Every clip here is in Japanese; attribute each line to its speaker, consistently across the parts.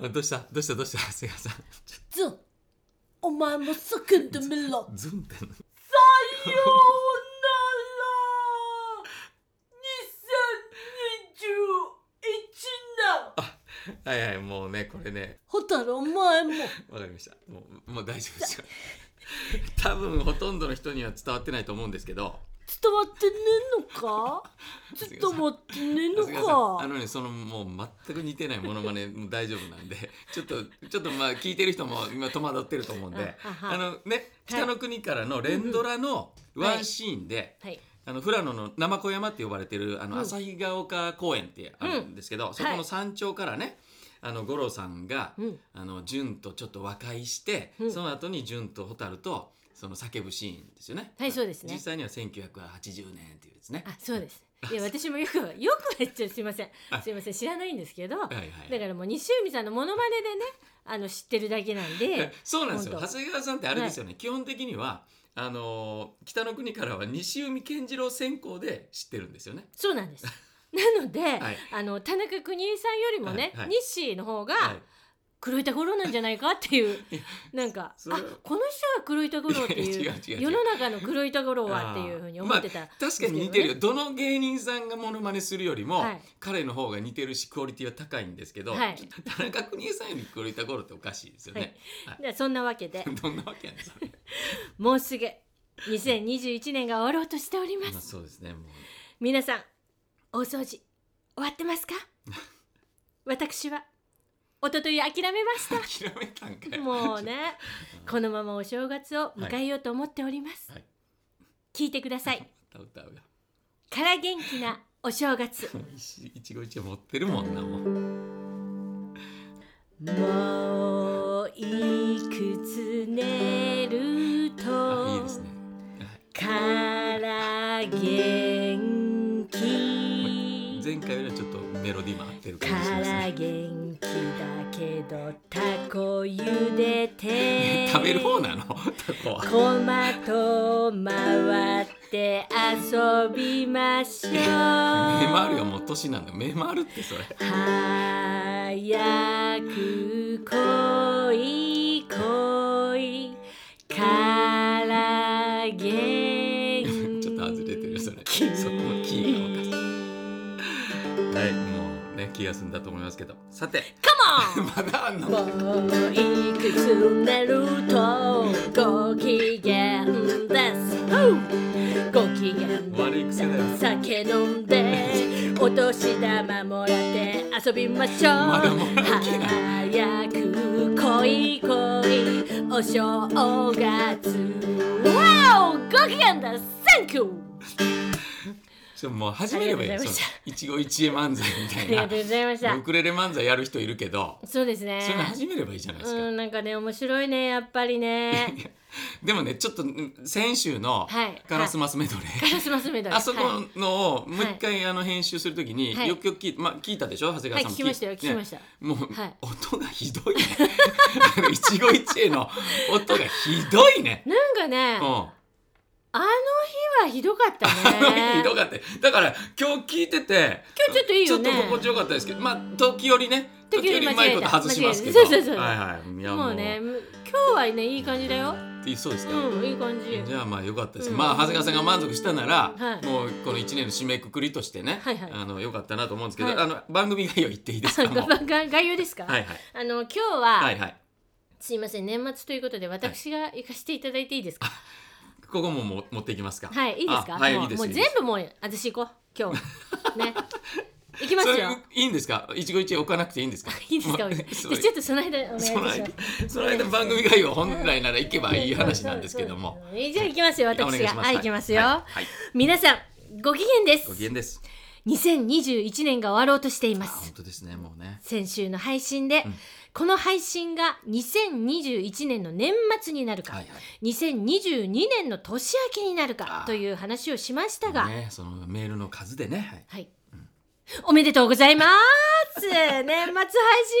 Speaker 1: うんどうしたどうした どうしたセガさん
Speaker 2: ズンお前もすくんでみろ
Speaker 1: ズンってな
Speaker 2: さようなら2021年
Speaker 1: はいはいもうねこれね
Speaker 2: ホタルお前も
Speaker 1: わかりましたもうもう大丈夫で すよ多分ほとんどの人には伝わってないと思うんですけど
Speaker 2: 伝わってねえのか伝わってねえの
Speaker 1: 長谷川さんあ
Speaker 2: か
Speaker 1: のねそのもう全く似てないモノマ ネも大丈夫なんでちょっとちょっとまあ聞いてる人も今戸惑ってると思うんで
Speaker 2: あは
Speaker 1: あのね北の国からの連ドラのワンシーンで、
Speaker 2: はい
Speaker 1: あの富良野の生子山って呼ばれてるあ
Speaker 2: う
Speaker 1: の
Speaker 2: ん
Speaker 1: 旭ヶ丘公園ってあるんですけど、そこの山頂からね、あの五郎さんが、
Speaker 2: うん
Speaker 1: あの純とちょっと和解して、
Speaker 2: うん
Speaker 1: その後に純と蛍とその叫ぶシーンですよね。
Speaker 2: はいそうですね
Speaker 1: 実際には1980年っていうですね。
Speaker 2: あそうですいや私もよくよくめっちゃすいません
Speaker 1: あ
Speaker 2: すいません知らないんですけど
Speaker 1: はいは
Speaker 2: だ
Speaker 1: い。
Speaker 2: からもう西海さんのモノマネでねあの知ってるだけなん で
Speaker 1: そうなんですよ。
Speaker 2: 本
Speaker 1: 長
Speaker 2: 当
Speaker 1: 谷川さんってあれですよね。基本的にはあのー北の国からは西海健次郎先行で知ってるんですよね。
Speaker 2: そうなんです なので、
Speaker 1: はい
Speaker 2: あの田中邦衛さんよりもね、
Speaker 1: はいはい
Speaker 2: ニッシーの方が
Speaker 1: はい。
Speaker 2: 黒板五郎なんじゃないかっていう
Speaker 1: いや
Speaker 2: なんか
Speaker 1: それ
Speaker 2: あ
Speaker 1: は
Speaker 2: この人が黒板五郎ってい
Speaker 1: いや
Speaker 2: う
Speaker 1: 違う違う違う
Speaker 2: 世の中の黒板五郎はっていうふうに思ってた、
Speaker 1: 確かに似てるよどの芸人さんがモノマネするよりも、
Speaker 2: はい
Speaker 1: 彼の方が似てるしクオリティは高いんですけど、
Speaker 2: はい
Speaker 1: ちょっと田中邦衛さんよりクオリティ高いっておかしいですよね。
Speaker 2: でそんなわけで
Speaker 1: どんなわけやねんそれ。
Speaker 2: もうすぐ2021年が終わろうとしておりま
Speaker 1: ま あ
Speaker 2: す
Speaker 1: そうですねもう
Speaker 2: 皆さん大掃除終わってます か私は一昨日諦めました
Speaker 1: 諦めたんかよ。
Speaker 2: もうね
Speaker 1: うん。
Speaker 2: このままお正月を迎えようと思っております、
Speaker 1: はい
Speaker 2: 聞いてくだ さい
Speaker 1: また歌うよ。
Speaker 2: から元気なお正月
Speaker 1: 一一期一会持ってるもんなもう。
Speaker 2: もういくつ寝る
Speaker 1: あいい
Speaker 2: と
Speaker 1: ですね。はい
Speaker 2: から元気
Speaker 1: 前回よりはちょっとメロディーも合ってる
Speaker 2: か
Speaker 1: 感じします
Speaker 2: ら
Speaker 1: ね。
Speaker 2: 元気だけどたこゆでて
Speaker 1: 食べる方なの？タコは。
Speaker 2: コマと回って遊びましょう
Speaker 1: 目回るよもう年なんだよ目回るってそれ。
Speaker 2: 早く来い来いから元気
Speaker 1: ちょっと外れてるよそれそこのキーがおかしいはいもうね気が済んだと思いますけどさ て
Speaker 2: Come on!
Speaker 1: まだあんの
Speaker 2: もういくつ寝るとご機嫌ですご機嫌
Speaker 1: 悪い癖だよ
Speaker 2: 酒飲んでお年玉もらって遊びましょう
Speaker 1: まだもらう気
Speaker 2: 早く来い来いお正月わおご機嫌だサンキュー
Speaker 1: ちょもう始めればいい
Speaker 2: あ
Speaker 1: よ
Speaker 2: りが
Speaker 1: そ
Speaker 2: とうございま
Speaker 1: の
Speaker 2: した
Speaker 1: 一期一会漫才みた
Speaker 2: ありがとう
Speaker 1: い
Speaker 2: ございまし
Speaker 1: な
Speaker 2: た
Speaker 1: ウクレレ漫才やる人いるけど
Speaker 2: そうですね
Speaker 1: そういうの始めればいいじゃないですか、
Speaker 2: うんなんかね面白いねやっぱり ね
Speaker 1: でもねちょっとうん先週の
Speaker 2: はい
Speaker 1: 「カラスマスメドレー」
Speaker 2: カラスマスメドレー
Speaker 1: あそこ
Speaker 2: はい
Speaker 1: のをもう一回あの編集するときに
Speaker 2: はい
Speaker 1: よくよく聞い,、まあ、聞いたでしょ長谷
Speaker 2: は
Speaker 1: 川
Speaker 2: い
Speaker 1: さ
Speaker 2: 聞
Speaker 1: んも
Speaker 2: きましたよ聞きま
Speaker 1: し
Speaker 2: した
Speaker 1: もう、
Speaker 2: はい
Speaker 1: 音がひどいね あの一期一会の音がひどいね
Speaker 2: なんかね
Speaker 1: うん
Speaker 2: あの日はひどかった ね
Speaker 1: ひどかっただから今日聞いてて
Speaker 2: 今日ちょっといいよね
Speaker 1: ちょっと心地よかったですけどまあ時折ね
Speaker 2: 時折
Speaker 1: うまいこと外しますけど
Speaker 2: 間違えた間違えたそうそうそう
Speaker 1: はいはいいや
Speaker 2: もうねむ今日はねいい感じだよ
Speaker 1: いいそうですか、
Speaker 2: うんいい感じ
Speaker 1: じゃあまあよかったです、
Speaker 2: うん
Speaker 1: まあ長谷川さんが満足したなら、
Speaker 2: はい
Speaker 1: もうこの一年の締めくくりとしてね、
Speaker 2: はいはい
Speaker 1: あのよかったなと思うんですけど、
Speaker 2: はい
Speaker 1: あの番組概要言っていいで すかもう
Speaker 2: がが概要ですか、
Speaker 1: はいはい
Speaker 2: あの今日は、
Speaker 1: はいはい
Speaker 2: すいません年末ということで私が行かせていただいていいですか
Speaker 1: ここももう持っていきますか
Speaker 2: はいいいですか
Speaker 1: あはい
Speaker 2: もう
Speaker 1: いいです
Speaker 2: もう
Speaker 1: いいで
Speaker 2: 全
Speaker 1: す
Speaker 2: 部もう私行こう今 日ね行きます
Speaker 1: それ
Speaker 2: よ
Speaker 1: いいんですか一期一会置かなくていいんですか
Speaker 2: いいですか
Speaker 1: もう
Speaker 2: で
Speaker 1: それ
Speaker 2: ちょっとその間お願いし
Speaker 1: その
Speaker 2: ます
Speaker 1: 間その間番組概要本来なら行けばいい話なんですけども
Speaker 2: そうそうそうじゃあ行きますよ
Speaker 1: お願
Speaker 2: 私
Speaker 1: い
Speaker 2: が
Speaker 1: します
Speaker 2: はい行きますよ、
Speaker 1: はいはい
Speaker 2: 皆さんご機嫌で
Speaker 1: ご
Speaker 2: す
Speaker 1: 機嫌です
Speaker 2: 2021年が終わろうとしていま
Speaker 1: あ
Speaker 2: す
Speaker 1: 本当ですねもうね
Speaker 2: 先週の配信で、
Speaker 1: うん
Speaker 2: この配信が2021年の年末になるか、
Speaker 1: はい
Speaker 2: 2022年の年明けになるか
Speaker 1: あー
Speaker 2: という話をしました
Speaker 1: は
Speaker 2: が、
Speaker 1: いねそのメールの数でね
Speaker 2: は
Speaker 1: はい
Speaker 2: い、おめでとうございます ます年末配信が決定しまし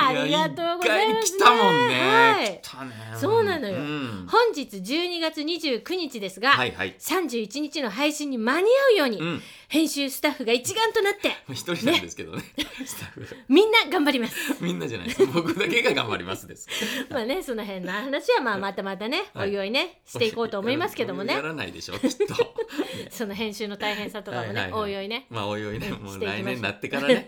Speaker 2: たありがとうございます
Speaker 1: 一回来たもんね。
Speaker 2: はい
Speaker 1: 来たね。
Speaker 2: そうなのよ
Speaker 1: ん
Speaker 2: 本日12月29日ですが、
Speaker 1: はいはい。
Speaker 2: 31日の配信に間に合うように、
Speaker 1: うん。
Speaker 2: 編集スタッフが一丸となって
Speaker 1: 一人なんですけどね。 スタッフが
Speaker 2: みんな頑張ります
Speaker 1: みんなじゃないです。僕だけが頑張りま すです。
Speaker 2: まあねその辺の話はまあまたまたね、
Speaker 1: はい
Speaker 2: おいおいねしていこうと思いますけどもね
Speaker 1: やらないでしょ、きっと。
Speaker 2: その編集の大変さとかもね、
Speaker 1: はいはいはい
Speaker 2: おいおいね
Speaker 1: まあ、おいおいね、
Speaker 2: うん
Speaker 1: も
Speaker 2: し
Speaker 1: う
Speaker 2: ていきましょう
Speaker 1: 来年になってからね。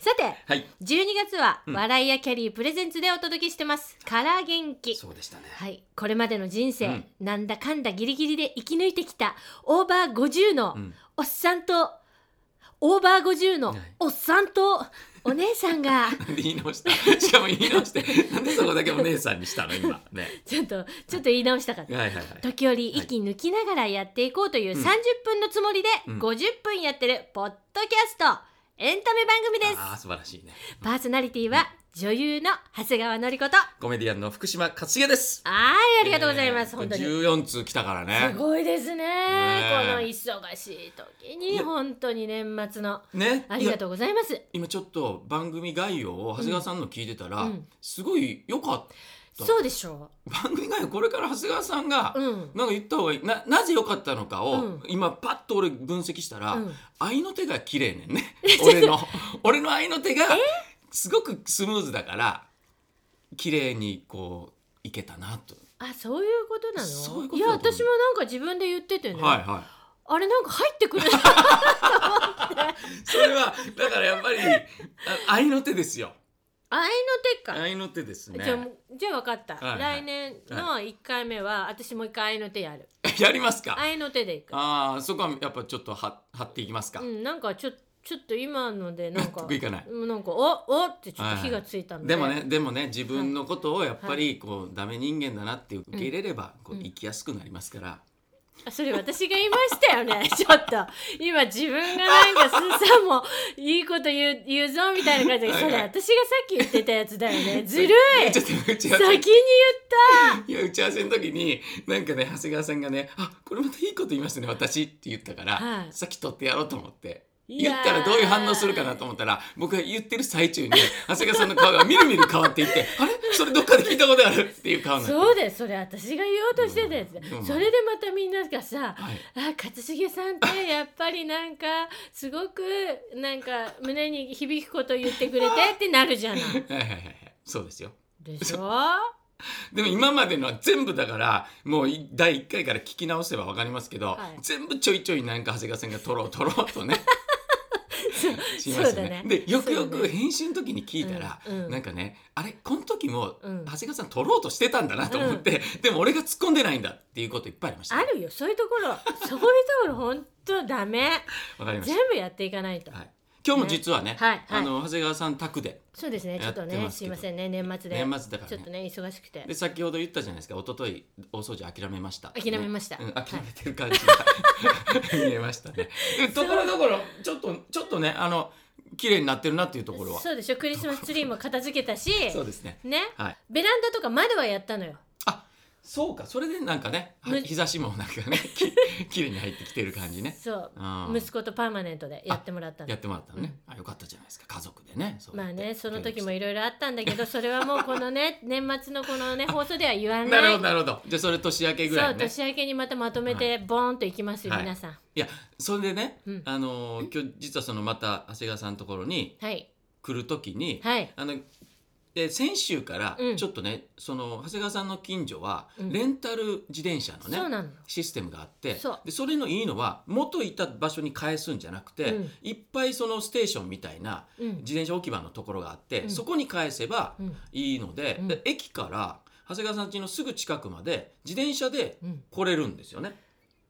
Speaker 2: さて
Speaker 1: はい。
Speaker 2: 12月は、
Speaker 1: うん
Speaker 2: 笑いやキャリープレゼンツでお届けしてますから元気
Speaker 1: そうでしたね。
Speaker 2: はいこれまでの人生、
Speaker 1: うん
Speaker 2: なんだかんだギリギリで生き抜いてきたオーバー50の
Speaker 1: うん。
Speaker 2: おっさんとオーバー50の
Speaker 1: はい
Speaker 2: おっさんとお姉さんが
Speaker 1: なんで言い直した。 しかも言い直して、なんでそこだけお姉さんにしたの、今。ね。
Speaker 2: ちょっとちょっと言い直したかった
Speaker 1: はいはいはい。
Speaker 2: 時折息抜きながらやっていこうという
Speaker 1: うん
Speaker 2: 30分のつもりで
Speaker 1: うん
Speaker 2: 50分やってるポッドキャストエンタメ番組です
Speaker 1: ああ、素晴らしいね。
Speaker 2: パーソナリティは女優の長谷川紀子と
Speaker 1: コメディアンの福島克也です。
Speaker 2: はいありがとうございます、
Speaker 1: えー
Speaker 2: 本当に
Speaker 1: 十四通来たから
Speaker 2: す
Speaker 1: ね。
Speaker 2: ごいですね
Speaker 1: ね
Speaker 2: この忙しい時に
Speaker 1: いや
Speaker 2: 本当に年末の
Speaker 1: ね。
Speaker 2: ありがとうございます
Speaker 1: 今ちょっと番組概要を長谷川さんの聞いてたら、
Speaker 2: うんうん
Speaker 1: すごい良かっや
Speaker 2: そうでしょ
Speaker 1: た番組概要これから長谷川さんが
Speaker 2: ううん
Speaker 1: なんか言った方がいいななぜ良かったのかを、
Speaker 2: うん
Speaker 1: 今パッと俺分析したら、
Speaker 2: うん
Speaker 1: 愛の手が綺麗ねんね 俺の俺の愛の手がすごくスムーズだから綺麗にこういけたなと、
Speaker 2: あそういうことなの
Speaker 1: そういうこと
Speaker 2: や
Speaker 1: だと思う
Speaker 2: 私もなんか自分で言っててね、
Speaker 1: はいはい
Speaker 2: あれなんか入ってく る
Speaker 1: それはだからやっぱりあ愛の手ですよ
Speaker 2: 合いの手か
Speaker 1: 愛の手ですね
Speaker 2: じゃあもうじゃあ分かった、
Speaker 1: はいは
Speaker 2: 来
Speaker 1: い
Speaker 2: 年の1回目は私もう一回愛の手やる
Speaker 1: やりますか
Speaker 2: 愛の手でいく
Speaker 1: ああそこはやっぱちょっとは張っていきますか、
Speaker 2: うんなんかちょちょっと今のでなん
Speaker 1: 納
Speaker 2: か
Speaker 1: 得いかない
Speaker 2: うんなんかおおってちょっと火がついたので、
Speaker 1: でもねでもね自分のことをやっぱりこうダメ人間だなって受け入れればこう
Speaker 2: うん
Speaker 1: 生きやすくなりますから、
Speaker 2: あそれ私が言いましたよね ちょっと今自分がなんかすさもう いいこと言う言うぞみたいな感じで
Speaker 1: はい
Speaker 2: そ
Speaker 1: はい
Speaker 2: れ私がさっき言ってたやつだよ ねずるい
Speaker 1: ちょっと打ち合わ
Speaker 2: 先に言っ
Speaker 1: せいや打ち合わせの時になんかね長谷川さんがね「あこれまたいいこと言いましたね私」って言ったから、
Speaker 2: はい
Speaker 1: さっき取ってやろうと思って。
Speaker 2: い
Speaker 1: 言
Speaker 2: やー
Speaker 1: ったらどういう反応するかなと思ったら僕が言ってる最中に長谷川さんの顔がみるみる変わっていって「あれそれどっかで聞いたことある」っていう顔
Speaker 2: た
Speaker 1: にな
Speaker 2: そ
Speaker 1: って
Speaker 2: うですそれ私が言おうとしてたやつだ、
Speaker 1: うん
Speaker 2: それでまたみんながさ、
Speaker 1: はい
Speaker 2: あ勝重さんってやっぱりなんかすごくなんか胸に響くこと言ってく れてってなるじゃない
Speaker 1: はいはいはいはいそうですよ
Speaker 2: でしょ
Speaker 1: でも今までのは全部だからもうい第1回から聞き直せば分かりますけど、
Speaker 2: はい
Speaker 1: 全部ちょいちょいなんか長谷川さんが取ろう取ろうとねしま
Speaker 2: そう
Speaker 1: す
Speaker 2: だ
Speaker 1: よ
Speaker 2: ね
Speaker 1: ね。でよくよ
Speaker 2: そうだ
Speaker 1: く
Speaker 2: ね
Speaker 1: 編集の時に聞いたら、
Speaker 2: うんうん
Speaker 1: なんかねあれこの時も
Speaker 2: うん
Speaker 1: 長谷川さん取ろうとしてたんだなと思って、でも俺が突っ込んでないんだっていうこといっぱいありました。
Speaker 2: あ
Speaker 1: わ
Speaker 2: るよそういうところそういうところほんとダメ
Speaker 1: かりまし
Speaker 2: 全部やっていかないと、
Speaker 1: た。はい、今日も実はね
Speaker 2: はいはい
Speaker 1: あの長谷川さん宅で
Speaker 2: そうですねちょっと
Speaker 1: やって
Speaker 2: ね
Speaker 1: ます
Speaker 2: す
Speaker 1: け
Speaker 2: い
Speaker 1: ど
Speaker 2: ませんね年末で
Speaker 1: 年末だからね
Speaker 2: ちょっとね忙しくて
Speaker 1: で先ほど言ったじゃないですか一昨日大掃除諦めました
Speaker 2: 諦めました
Speaker 1: ねうん
Speaker 2: はい
Speaker 1: 諦めてる感じ が、見えましたねでところどころちょっとちょっとねあの綺麗になってるなっていうところは
Speaker 2: そうでしょクリスマスツリーも片付けたし
Speaker 1: そうですね
Speaker 2: ね
Speaker 1: はい
Speaker 2: ベランダとか窓はやったのよ
Speaker 1: あそうかそれでなんかねは
Speaker 2: む
Speaker 1: 日差しもな んかねき綺麗に入ってきてる感じね
Speaker 2: そう
Speaker 1: うん
Speaker 2: 息子とパーマネントでやってもらったの
Speaker 1: やってもらったのねあよかったじゃないですか家族でねそうや
Speaker 2: ま
Speaker 1: っ
Speaker 2: あ
Speaker 1: て
Speaker 2: ねその時もいろいろあったんだ けどそれはもうこのね年末のこのね放送では言わない
Speaker 1: なるほどなるほどじゃあそれ年明けぐら
Speaker 2: そう
Speaker 1: いね
Speaker 2: 年明けにまたまとめてボーンといきますよ、
Speaker 1: はい
Speaker 2: 皆さん
Speaker 1: いやそれでね、
Speaker 2: うん
Speaker 1: あのー今日実はそのまた長谷川さんのところに
Speaker 2: はい
Speaker 1: 来る時に、
Speaker 2: はい
Speaker 1: あので先週から
Speaker 2: うん
Speaker 1: ちょっとね、その長谷川さんの近所は
Speaker 2: うん
Speaker 1: レンタル自転車のね、
Speaker 2: そうなのよ
Speaker 1: システムがあって
Speaker 2: そう
Speaker 1: でそれのいいのは元いた場所に返すんじゃなくて、
Speaker 2: うん
Speaker 1: いっぱいそのステーションみたいな
Speaker 2: うん
Speaker 1: 自転車置き場のところがあって、
Speaker 2: うん
Speaker 1: そこに返せば
Speaker 2: うん
Speaker 1: いいので,、
Speaker 2: うん
Speaker 1: で駅から長谷川さん家のすぐ近くまで自転車で
Speaker 2: うん
Speaker 1: 来れるんですよね。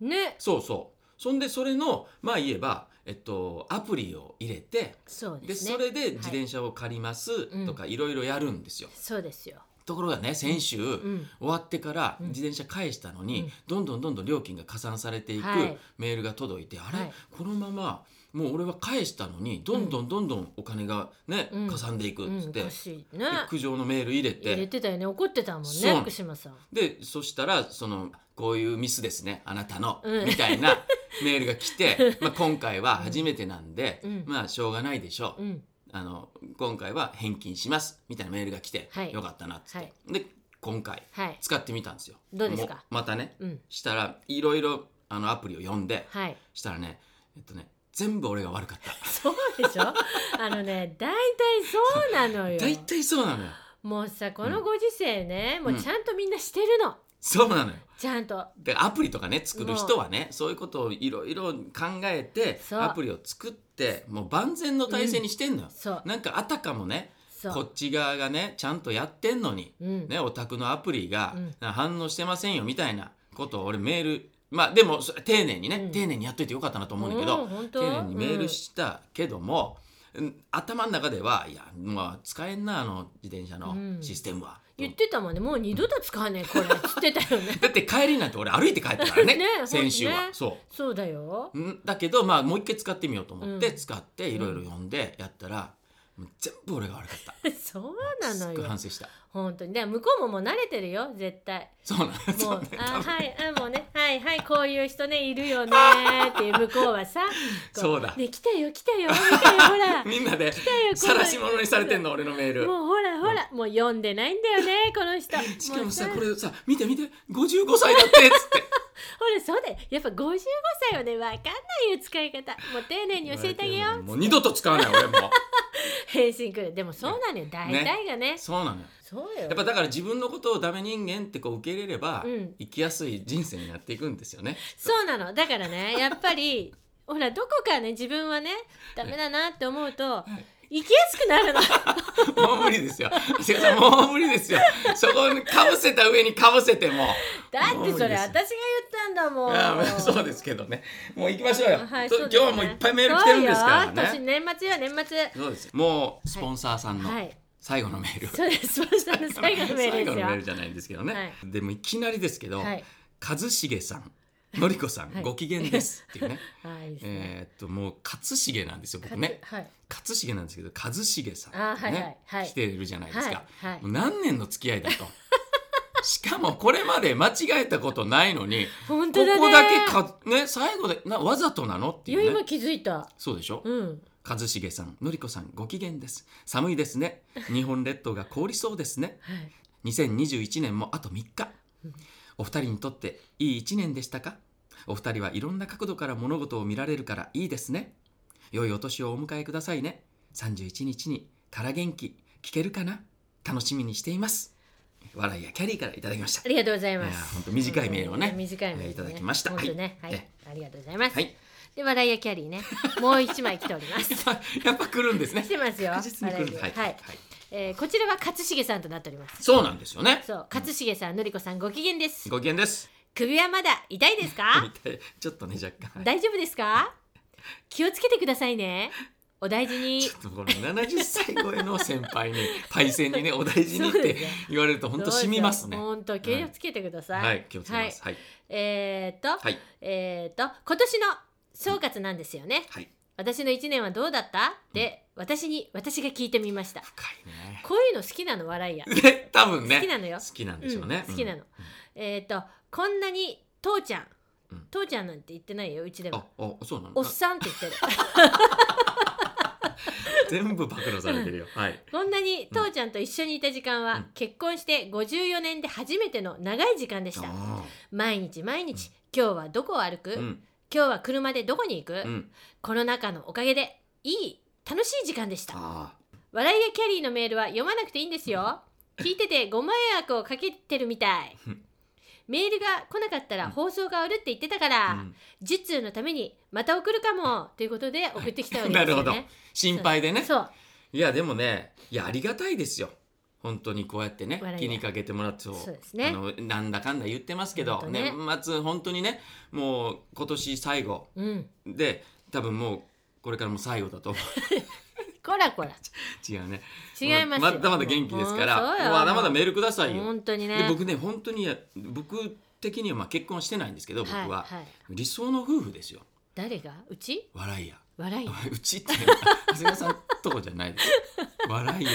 Speaker 2: ね
Speaker 1: そうそうそんでそれのまあ言えば、えっと、アプリを入れて
Speaker 2: そう
Speaker 1: で
Speaker 2: ですね
Speaker 1: それで自転車を借りますとかいろいろやるんですよ、
Speaker 2: そうですよ
Speaker 1: ところがね先週、
Speaker 2: うん
Speaker 1: 終わってから
Speaker 2: うん
Speaker 1: 自転車返したのに、
Speaker 2: うん
Speaker 1: どんどんどんどん料金が加算されていく
Speaker 2: はい
Speaker 1: メールが届いて、あれ、
Speaker 2: はい
Speaker 1: このままもう俺は返したのにどんどんどんどんお金がね、
Speaker 2: うん
Speaker 1: 加算でいくっ
Speaker 2: うん
Speaker 1: つっ
Speaker 2: お
Speaker 1: て、
Speaker 2: かしいね
Speaker 1: で苦情のメール入れ
Speaker 2: 入れ
Speaker 1: て
Speaker 2: てたよね怒ってたもん
Speaker 1: そうな
Speaker 2: ね
Speaker 1: の
Speaker 2: 福島さん
Speaker 1: でそしたらそのこういうミスですねあなたの、
Speaker 2: うん
Speaker 1: みたいなメールが 来て、まあ、今回は初めてなんで、
Speaker 2: うん
Speaker 1: まあしょうがないでしょう、
Speaker 2: うん
Speaker 1: あの今回は返金しますみたいなメールが来て、
Speaker 2: はい
Speaker 1: よかったなっつって、
Speaker 2: はい
Speaker 1: で今回
Speaker 2: はい
Speaker 1: 使ってみたんですよ
Speaker 2: どうですか
Speaker 1: もまたね
Speaker 2: うん
Speaker 1: したらいろいろあのアプリを読んで
Speaker 2: はい
Speaker 1: したらねえっとね全部俺が悪かった
Speaker 2: そうでしょあのね大体そうなのよ
Speaker 1: 大体そうなのよ
Speaker 2: もうさこのご時世ね、
Speaker 1: ん
Speaker 2: もうちゃんとみんなしてるの
Speaker 1: そうなのよ
Speaker 2: ちゃんと
Speaker 1: でアプリとかね作る人はねそういうことをいろいろ考えて
Speaker 2: そう
Speaker 1: アプリを作ってもう万全の体制にしてんのよ、
Speaker 2: そう
Speaker 1: なんかあたかもね
Speaker 2: そう
Speaker 1: こっち側がねちゃんとやってんのに、
Speaker 2: うん
Speaker 1: ね、お宅のアプリが
Speaker 2: うん
Speaker 1: な反応してませんよみたいなことを俺メールまあでもそ丁寧にね、
Speaker 2: うん
Speaker 1: 丁寧にやっといてよかったなと思うんだけど、
Speaker 2: うん本当
Speaker 1: 丁寧にメールしたけども、うん頭の中ではいやまあ使えんなあの自転車
Speaker 2: う
Speaker 1: の
Speaker 2: ん
Speaker 1: システムは、
Speaker 2: 言ってたもんねもう二度と使わねえこれっつってたよ ね
Speaker 1: だって帰りなんて俺歩いて帰ったから ね
Speaker 2: ね
Speaker 1: 先週
Speaker 2: ほん
Speaker 1: は
Speaker 2: と。ね
Speaker 1: そう
Speaker 2: そうだよ
Speaker 1: んだけどまあもう一回使ってみようと思って、
Speaker 2: うん
Speaker 1: 使っていろいろ読んでやったら、もう全部俺が悪かった
Speaker 2: そうな
Speaker 1: すっ
Speaker 2: の
Speaker 1: ごい
Speaker 2: よ
Speaker 1: 反省した
Speaker 2: 本当にで向こうももう慣れてるよ絶対
Speaker 1: そうなんです
Speaker 2: も
Speaker 1: よ
Speaker 2: う
Speaker 1: ね
Speaker 2: あ
Speaker 1: 多分
Speaker 2: はいあもうねはいはいこういう人ねいる よねっていう向こうはさ
Speaker 1: そうだ
Speaker 2: こね来たよ来たよ見てよほら
Speaker 1: みんなで
Speaker 2: よ
Speaker 1: 晒し者に されてんの俺のメール
Speaker 2: もうほらほら、もう読んでないんだよねこの人
Speaker 1: しかもさ
Speaker 2: う
Speaker 1: これさ見て見て55歳だってっつって
Speaker 2: ほらそうだよやっぱ55歳はねわかんないよ使い方もう丁寧に 教えてあげよう
Speaker 1: もう二度と使わない俺 も
Speaker 2: 返信来るでもそうなのよ大体がね
Speaker 1: そうなのよ
Speaker 2: そうよ
Speaker 1: やっぱだから自分のことをダメ人間ってこう受け入れれば、
Speaker 2: うん
Speaker 1: 生きやすい人生になっていくんですよね
Speaker 2: そうなのだからねやっぱりほらどこかね自分はねダメだなって思うと生きやすくな るの
Speaker 1: もう無理ですよ長谷川さんもう無理ですよそこにかぶせた上にかぶせても
Speaker 2: だってそれ
Speaker 1: もう無理
Speaker 2: 私が言ったんだもん
Speaker 1: ああそうですけどねもう行きましょうよ、
Speaker 2: はい
Speaker 1: と
Speaker 2: そうですね
Speaker 1: 今日はもういっぱいメール来てるんですから
Speaker 2: そうよ
Speaker 1: ね
Speaker 2: 年末よ年末
Speaker 1: そうですもうスポンサーさんの
Speaker 2: はい
Speaker 1: 最後のメール、
Speaker 2: そうですそうしたの最後のメールです
Speaker 1: 最後のメ
Speaker 2: よ
Speaker 1: ールじゃないんですけどね、
Speaker 2: はい
Speaker 1: でもいきなりですけど、
Speaker 2: はい
Speaker 1: 一茂さんのりこさん、
Speaker 2: はい
Speaker 1: ご機嫌 ですっていうね
Speaker 2: はいいいですね
Speaker 1: えーっともう勝重なんですよ僕ね
Speaker 2: はい
Speaker 1: 勝重なんですけど一茂さん、ね
Speaker 2: あーはいはいはい
Speaker 1: 来てるじゃないですか、
Speaker 2: はいはい
Speaker 1: もう何年の付き合いだとしかもこれまで間違えたことないのに
Speaker 2: 本
Speaker 1: こ
Speaker 2: 当だね
Speaker 1: こだけかね最後でなわざとなのってい
Speaker 2: いや
Speaker 1: うね
Speaker 2: 今気づいた
Speaker 1: そうでしょ、
Speaker 2: うん
Speaker 1: 一茂さんのりこさんご機嫌です寒いですね日本列島が凍りそうですね
Speaker 2: はい
Speaker 1: 2021年もあと3日お二人にとっていい1年でしたかお二人はいろんな角度から物事を見られるからいいですね良いお年をお迎えくださいね31日にから元気聞けるかな楽しみにしています笑いやキャリーからいただきました
Speaker 2: ありがとうござい
Speaker 1: い
Speaker 2: ま
Speaker 1: やー
Speaker 2: す
Speaker 1: ほんと短いメールをね
Speaker 2: うん短いメール、ね、
Speaker 1: いただきました
Speaker 2: 本当ね
Speaker 1: は
Speaker 2: はいい、ありがとうございます、
Speaker 1: はい
Speaker 2: で笑いやキャリーねもう一枚来ております
Speaker 1: やっぱ来るんですね
Speaker 2: 来てますよ
Speaker 1: 確実に来るんです
Speaker 2: は、
Speaker 1: はいい、はい、
Speaker 2: えーこちらは勝重さんとなっております
Speaker 1: そうなんですよね
Speaker 2: そう勝重さん、のりこさんご機嫌です
Speaker 1: ご機嫌です
Speaker 2: 首はまだ痛いです か
Speaker 1: 痛いちょっとね若干
Speaker 2: 大丈夫ですか気をつけてくださいねお大事に
Speaker 1: ちょっとこの70歳超えの先輩にパイセンにねお大事にっ
Speaker 2: そうで
Speaker 1: て
Speaker 2: すね
Speaker 1: 言われると本当染みますね。
Speaker 2: 本当気をつけてください
Speaker 1: はい気をつけます。
Speaker 2: はい
Speaker 1: はい
Speaker 2: えーっと、
Speaker 1: はい
Speaker 2: えーっと今年の総括なんですよね、
Speaker 1: はい
Speaker 2: 私の1年はどうだったって、私に私が聞いてみました
Speaker 1: 深
Speaker 2: こういうの好きなの笑いや、
Speaker 1: いね。 ね多分ね
Speaker 2: 好きなのよ
Speaker 1: 好きなんでしょうね。
Speaker 2: うん好きなのえっ、とこんなに父ちゃん、
Speaker 1: うん
Speaker 2: 父ちゃんなんて言ってないようちで
Speaker 1: うん。あ
Speaker 2: は
Speaker 1: あそうなの
Speaker 2: おっ。さんって言ってる
Speaker 1: 全部暴露されてるよ。はい。
Speaker 2: こんなに父ちゃんと一緒にいた時間は、
Speaker 1: うん
Speaker 2: 結婚して54年で初めての長い時間でした
Speaker 1: あ
Speaker 2: 毎日毎日今日はどこを歩く、
Speaker 1: ーうん
Speaker 2: 今日は車でどこに行く、
Speaker 1: うん
Speaker 2: コロナ禍のおかげでいい楽しい時間でした
Speaker 1: あ
Speaker 2: 笑いやキャリーのメールは読まなくていいんですよ聞いててご迷惑をかけてるみたい
Speaker 1: うん
Speaker 2: メールが来なかったら放送が終わるって言ってたから、
Speaker 1: ーうん
Speaker 2: 10通のためにまた送るかもということで送ってきたわけですよね、
Speaker 1: なるほど心配でね。
Speaker 2: そう
Speaker 1: いやでもねいやありがたいですよ。本当にこうやってね
Speaker 2: 笑いが
Speaker 1: 気にかけてもらってそう
Speaker 2: そうですね
Speaker 1: あのなんだかんだ言ってますけど、
Speaker 2: 本当ね
Speaker 1: 年末本当にねもう今年最後
Speaker 2: うん
Speaker 1: で多分もうこれからも最後だと思
Speaker 2: こらこら
Speaker 1: う 違うね
Speaker 2: 違いますよ
Speaker 1: だまだ元気ですか
Speaker 2: も
Speaker 1: ら
Speaker 2: うそうよ
Speaker 1: まだまだメールくださいよ、
Speaker 2: 本当にね
Speaker 1: で僕ね本当に僕的にはまあ結婚してないんですけど僕は、
Speaker 2: いはい、
Speaker 1: 理想の夫婦ですよ
Speaker 2: 誰がうち
Speaker 1: 笑いや
Speaker 2: 笑いう
Speaker 1: ちって長谷川さんとこじゃないです笑い屋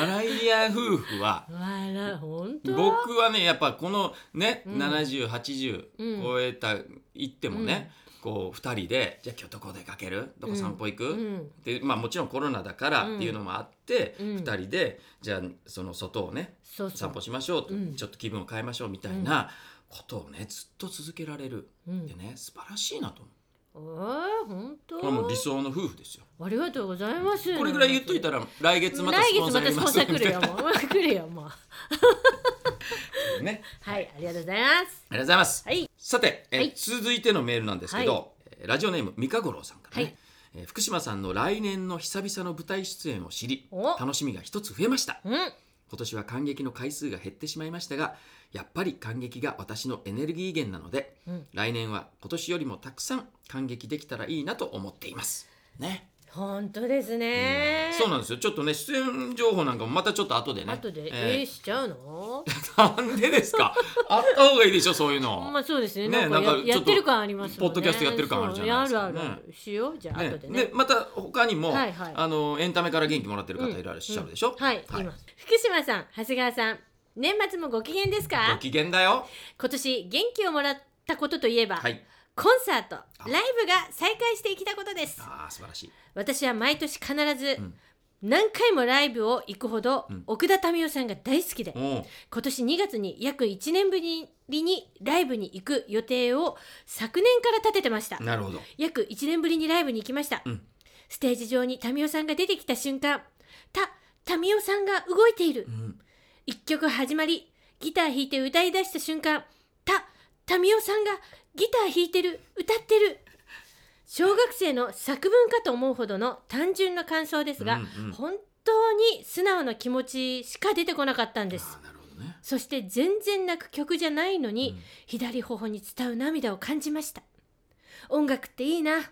Speaker 1: 笑い屋夫婦は
Speaker 2: 笑う本当
Speaker 1: 僕はねやっぱこのね、
Speaker 2: うん
Speaker 1: 7080
Speaker 2: うん
Speaker 1: 超えた行ってもね、こう2人で「じゃあ今日どこ出かけるどこ散歩行く
Speaker 2: うん
Speaker 1: でまあ、もちろんコロナだからっていうのもあって、
Speaker 2: うん
Speaker 1: 二2人でじゃあその外をね
Speaker 2: そうそう
Speaker 1: 散歩しましょうと、
Speaker 2: うん
Speaker 1: ちょっと気分を変えましょうみたいなことをねずっと続けられる
Speaker 2: うん
Speaker 1: でね素晴らしいなと思う
Speaker 2: えー本当
Speaker 1: これはもう理想の夫婦ですよ
Speaker 2: ありがとうございます
Speaker 1: これぐらい言っといたら来月また
Speaker 2: 来
Speaker 1: ス
Speaker 2: 月
Speaker 1: ポンサ
Speaker 2: ま
Speaker 1: ー
Speaker 2: た
Speaker 1: やり
Speaker 2: ス
Speaker 1: ま
Speaker 2: ポン
Speaker 1: す
Speaker 2: サ
Speaker 1: よ
Speaker 2: ー来るよもう来るよもう
Speaker 1: ね
Speaker 2: はいありがとうございます
Speaker 1: ありがとうございます、
Speaker 2: はい
Speaker 1: さて、え
Speaker 2: はい
Speaker 1: 続いてのメールなんですけ
Speaker 2: はい
Speaker 1: ど、えーラジオネーム三日五郎さんからね、
Speaker 2: はい
Speaker 1: えー福島さんの来年の久々の舞台出演を知り
Speaker 2: お
Speaker 1: 楽しみが一つ増えました
Speaker 2: うん
Speaker 1: 今年は感激の回数が減ってしまいましたがやっぱり感激が私のエネルギー源なので、
Speaker 2: うん
Speaker 1: 来年は今年よりもたくさん感激できたらいいなと思っていますね、
Speaker 2: 本当ですね
Speaker 1: そうなんですよちょっとね出演情報なんかもまたちょっと後でね
Speaker 2: 後でえー
Speaker 1: え
Speaker 2: しちゃうの
Speaker 1: ー なんでですかあった方がいいでしょそういうの、
Speaker 2: まあそうですね
Speaker 1: ね
Speaker 2: なんか
Speaker 1: なんかちょっと
Speaker 2: ややってる感ありますもんね
Speaker 1: ポッドキャストやってる感あるじゃないですか
Speaker 2: そうやるあるあるしようじゃあ
Speaker 1: ね
Speaker 2: 後でね
Speaker 1: でまた他にも、
Speaker 2: はいはい
Speaker 1: あのエンタメから元気もらってる方いらっしゃるでしょ、
Speaker 2: はい
Speaker 1: はい
Speaker 2: 今福島さん長谷川さん年末もご機嫌です
Speaker 1: ご
Speaker 2: か
Speaker 1: 機嫌だよ
Speaker 2: 今年元気をもらったことといえば
Speaker 1: はい
Speaker 2: コンサートライブが再開してきたことです
Speaker 1: あー素晴らしい
Speaker 2: 私は毎年必ず
Speaker 1: ん
Speaker 2: 何回もライブを行くほど
Speaker 1: うん
Speaker 2: 奥田民生さんが大好きで
Speaker 1: おう
Speaker 2: 今年2月に約1年ぶりにライブに行く予定を昨年から立ててました
Speaker 1: なるほど
Speaker 2: 約1年ぶりにライブに行きました、
Speaker 1: うん
Speaker 2: ステージ上に民生さんが出てきた瞬間た民生さんが動いている
Speaker 1: うん
Speaker 2: 一曲始まりギター弾いて歌い出した瞬間た民生さんがギター弾いてる歌ってる小学生の作文かと思うほどの単純な感想ですが、
Speaker 1: うんうん
Speaker 2: 本当に素直な気持ちしか出てこなかったんです
Speaker 1: あーなるほどね
Speaker 2: そして全然泣く曲じゃないのに、
Speaker 1: うん
Speaker 2: 左頬に伝う涙を感じました音楽っていいな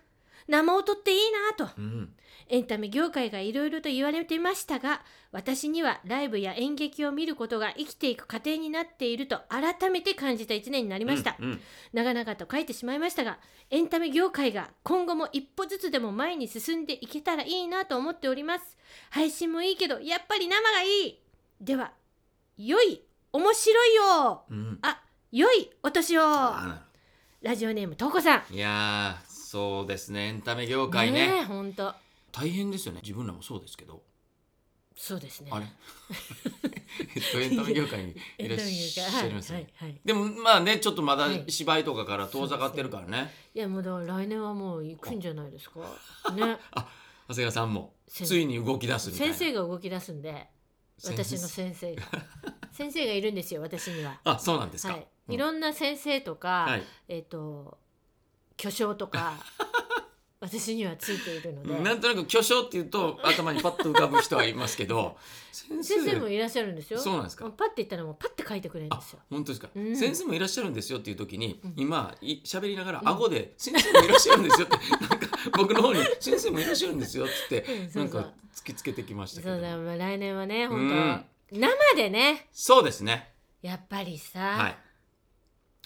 Speaker 2: 生音っていいなと
Speaker 1: うん
Speaker 2: エンタメ業界がいろいろと言われていましたが私にはライブや演劇を見ることが生きていく過程になっていると改めて感じた1年になりました、
Speaker 1: うんうん
Speaker 2: 長々と書いてしまいましたがエンタメ業界が今後も一歩ずつでも前に進んでいけたらいいなと思っております配信もいいけどやっぱり生がいいでは良い面白いよ
Speaker 1: うん
Speaker 2: 良いお年を
Speaker 1: あーなるほ
Speaker 2: ラジオネームとうこさん
Speaker 1: どいやーそうですねエンタメ業界ね
Speaker 2: えほんと
Speaker 1: 大変ですよね自分らもそうですけど、
Speaker 2: そうですね
Speaker 1: あれ えっ とエンタメ業界にいらっしゃいますね、
Speaker 2: はいはいはい
Speaker 1: でもまあねちょっとまだ
Speaker 2: はい
Speaker 1: 芝居とかから遠ざかってるからね、
Speaker 2: いやもうだから来年はもう行くんじゃない ですかね
Speaker 1: 長谷川さんも
Speaker 2: 先
Speaker 1: ついに動き出すみた
Speaker 2: 先
Speaker 1: いな
Speaker 2: 生が動き出すんで私の先生が先生がいるんですよ私には
Speaker 1: あそうなんですか、
Speaker 2: は
Speaker 1: う
Speaker 2: い、いろんな先生とか、
Speaker 1: はい
Speaker 2: えっ、と巨匠と か私にはついているので
Speaker 1: なんとなく巨匠っていうと頭にパッと浮かぶ人はいますけど先
Speaker 2: 先
Speaker 1: 生
Speaker 2: 生もいらっしゃるんですよ
Speaker 1: そうなんですか
Speaker 2: もうパッて言ったらもうパッて書いてくれるんですよ
Speaker 1: 本当ですか、
Speaker 2: うん
Speaker 1: 先生もいらっしゃるんですよっていう時に、
Speaker 2: うん
Speaker 1: 今い喋りながら
Speaker 2: うん
Speaker 1: 顎で「先生もいらっしゃるんですよ」って なんか僕の方に「先生もいらっしゃるんですよ」っつって
Speaker 2: うんそ
Speaker 1: な
Speaker 2: うんそう
Speaker 1: か突きつけてきましたけ
Speaker 2: そうだ
Speaker 1: ど
Speaker 2: まあ来年はね
Speaker 1: う
Speaker 2: 本
Speaker 1: ん
Speaker 2: 当、生でね
Speaker 1: そうですね
Speaker 2: やっぱりさ、
Speaker 1: はい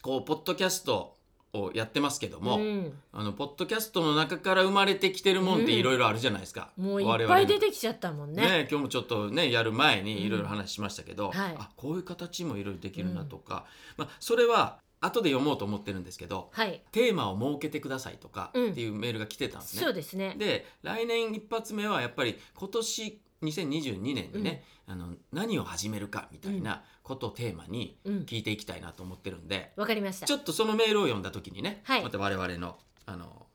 Speaker 1: こうポッドキャストをやってますけども、
Speaker 2: うん、
Speaker 1: あのポッドキャストの中から生まれてきてるもんって
Speaker 2: うん
Speaker 1: いろいろあるじゃないですか、
Speaker 2: もういっぱい出
Speaker 1: て
Speaker 2: てきちゃったもんね
Speaker 1: ね今日もちょっとねやる前
Speaker 2: うん
Speaker 1: にいろいろ話しましたけど、
Speaker 2: はい
Speaker 1: あこういう形もいろいろできるなとか、まあ、それは後で読もうと思ってるんですけど
Speaker 2: はい
Speaker 1: テーマを設けてくださいとか
Speaker 2: うん
Speaker 1: っていうメールが来てたんです
Speaker 2: そう
Speaker 1: ね。
Speaker 2: ですね
Speaker 1: で来年一発目はやっぱり今年2022年にね、あの何を始めるかみたいなことをテーマに
Speaker 2: うん
Speaker 1: 聞いていきたいなと思ってるんで、
Speaker 2: わかりました
Speaker 1: ちょっとそのメールを読んだ時にね、
Speaker 2: はい
Speaker 1: また我々のあの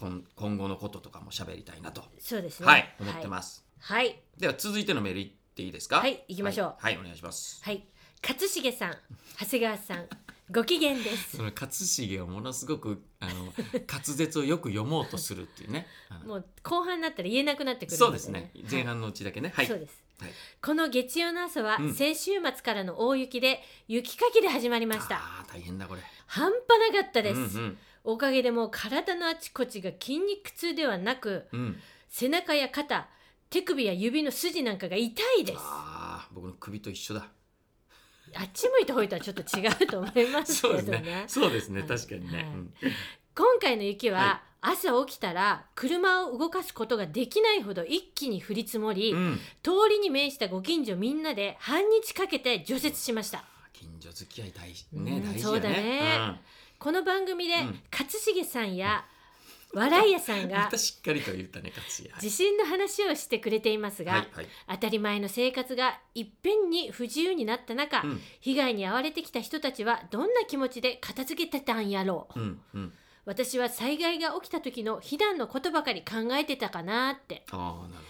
Speaker 1: 今今後のこととかも喋りたいなと、
Speaker 2: そうですね
Speaker 1: はい、思ってます。
Speaker 2: はい、はい
Speaker 1: では続いてのメールいっていいですか
Speaker 2: はい行きましょう
Speaker 1: はい、はいお願いします。
Speaker 2: はい、勝重さん、長谷川さん、 ご機嫌です
Speaker 1: そ。の勝重をものすごくあの滑舌をよく読もうとするっていうね。あの
Speaker 2: もう後半になったら言えなくなってくるん
Speaker 1: そうですね
Speaker 2: よ。
Speaker 1: 前半のうちだけね。は。
Speaker 2: はいい、そうです。
Speaker 1: はい
Speaker 2: この月曜の朝は
Speaker 1: うん
Speaker 2: 先週末からの大雪で雪かきで始まりました、
Speaker 1: ああ、大変だこれ。
Speaker 2: 半端なかったです、
Speaker 1: うんうん
Speaker 2: おかげでもう体のあちこちが筋肉痛ではなく
Speaker 1: うん。
Speaker 2: 背中や肩手首や指の筋なんかが痛いですあ
Speaker 1: ああ、僕の首と 一緒だ。
Speaker 2: っち向いてほいとはちょっと違うと思いますけ
Speaker 1: そう
Speaker 2: ど
Speaker 1: ですね。そうですね。
Speaker 2: はい
Speaker 1: 確かに
Speaker 2: はい
Speaker 1: ね。うん
Speaker 2: 今回の雪は
Speaker 1: は
Speaker 2: 朝起きたら車を動かすことができないほど一気に降り積もり、
Speaker 1: うん
Speaker 2: 通りに面したご近所みんなで半日かけて除雪しました
Speaker 1: 近所付き合い大事
Speaker 2: う
Speaker 1: ね
Speaker 2: ん
Speaker 1: 大事
Speaker 2: そう
Speaker 1: や
Speaker 2: だ
Speaker 1: ね
Speaker 2: ねこの番組で、
Speaker 1: うん
Speaker 2: 勝重さんや笑い屋さん
Speaker 1: うん
Speaker 2: が
Speaker 1: またしっかりと言ったね勝也
Speaker 2: 地震の話をしてくれていますが、
Speaker 1: はいはい
Speaker 2: 当たり前の生活がいっぺんに不自由になった中、
Speaker 1: うん
Speaker 2: 被害に遭われてきた人たちはどんな気持ちで片付けてたんやろう、
Speaker 1: うんうん
Speaker 2: 私は災害が起きた時の避難のことばかり考えてたかなって
Speaker 1: ああなるほどね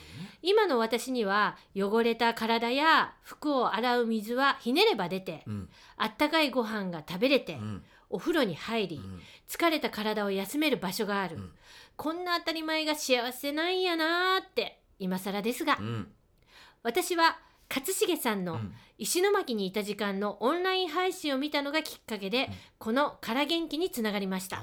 Speaker 2: 今の私には汚れた体や服を洗う水はひねれば出て、
Speaker 1: うん
Speaker 2: あったかいご飯が食べれて、
Speaker 1: うん
Speaker 2: お風呂に入り、
Speaker 1: うん
Speaker 2: 疲れた体を休める場所がある、
Speaker 1: うん
Speaker 2: こんな当たり前が幸せなんやなーって今更ですが、
Speaker 1: うん
Speaker 2: 私は勝重さん
Speaker 1: う
Speaker 2: の
Speaker 1: ん
Speaker 2: 石巻にいた時間のオンライン配信を見たのがきっかけで、
Speaker 1: うん
Speaker 2: この「から元気」につながりまし
Speaker 1: あ
Speaker 2: た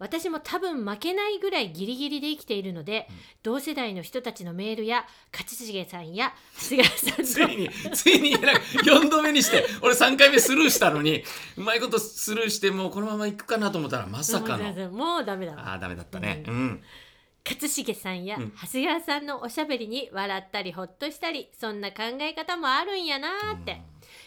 Speaker 2: 私も多分負けないぐらいギリギリで生きているので、
Speaker 1: うん
Speaker 2: 同世代の人たちのメールや勝重さんや長谷川
Speaker 1: つ
Speaker 2: さん
Speaker 1: い
Speaker 2: の
Speaker 1: についに4度目にして俺3回目スルーしたのにうまいことスルーしてもうこのまま行くかなと思ったらまさかの
Speaker 2: もうもうダメだわ
Speaker 1: ああダメだったね
Speaker 2: う
Speaker 1: うん
Speaker 2: 勝重さんや
Speaker 1: うん
Speaker 2: 長谷川さんのおしゃべりに笑ったりほっとしたりそんな考え方もあるんやなーって、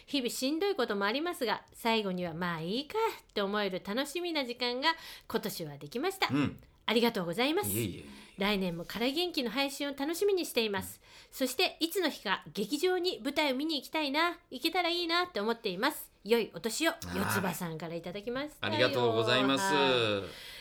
Speaker 2: 日々しんどいこともありますが最後にはまあいいかって思える楽しみな時間が今年はできました、
Speaker 1: うん
Speaker 2: ありがとうございます
Speaker 1: いえいえ
Speaker 2: 来年もから元気の配信を楽しみにしていますそしていつの日か劇場に舞台を見に行きたいな行けたらいいなって思っています良いお年を四つ葉さんからいただきました
Speaker 1: あ
Speaker 2: よ
Speaker 1: りがとうございます
Speaker 2: はい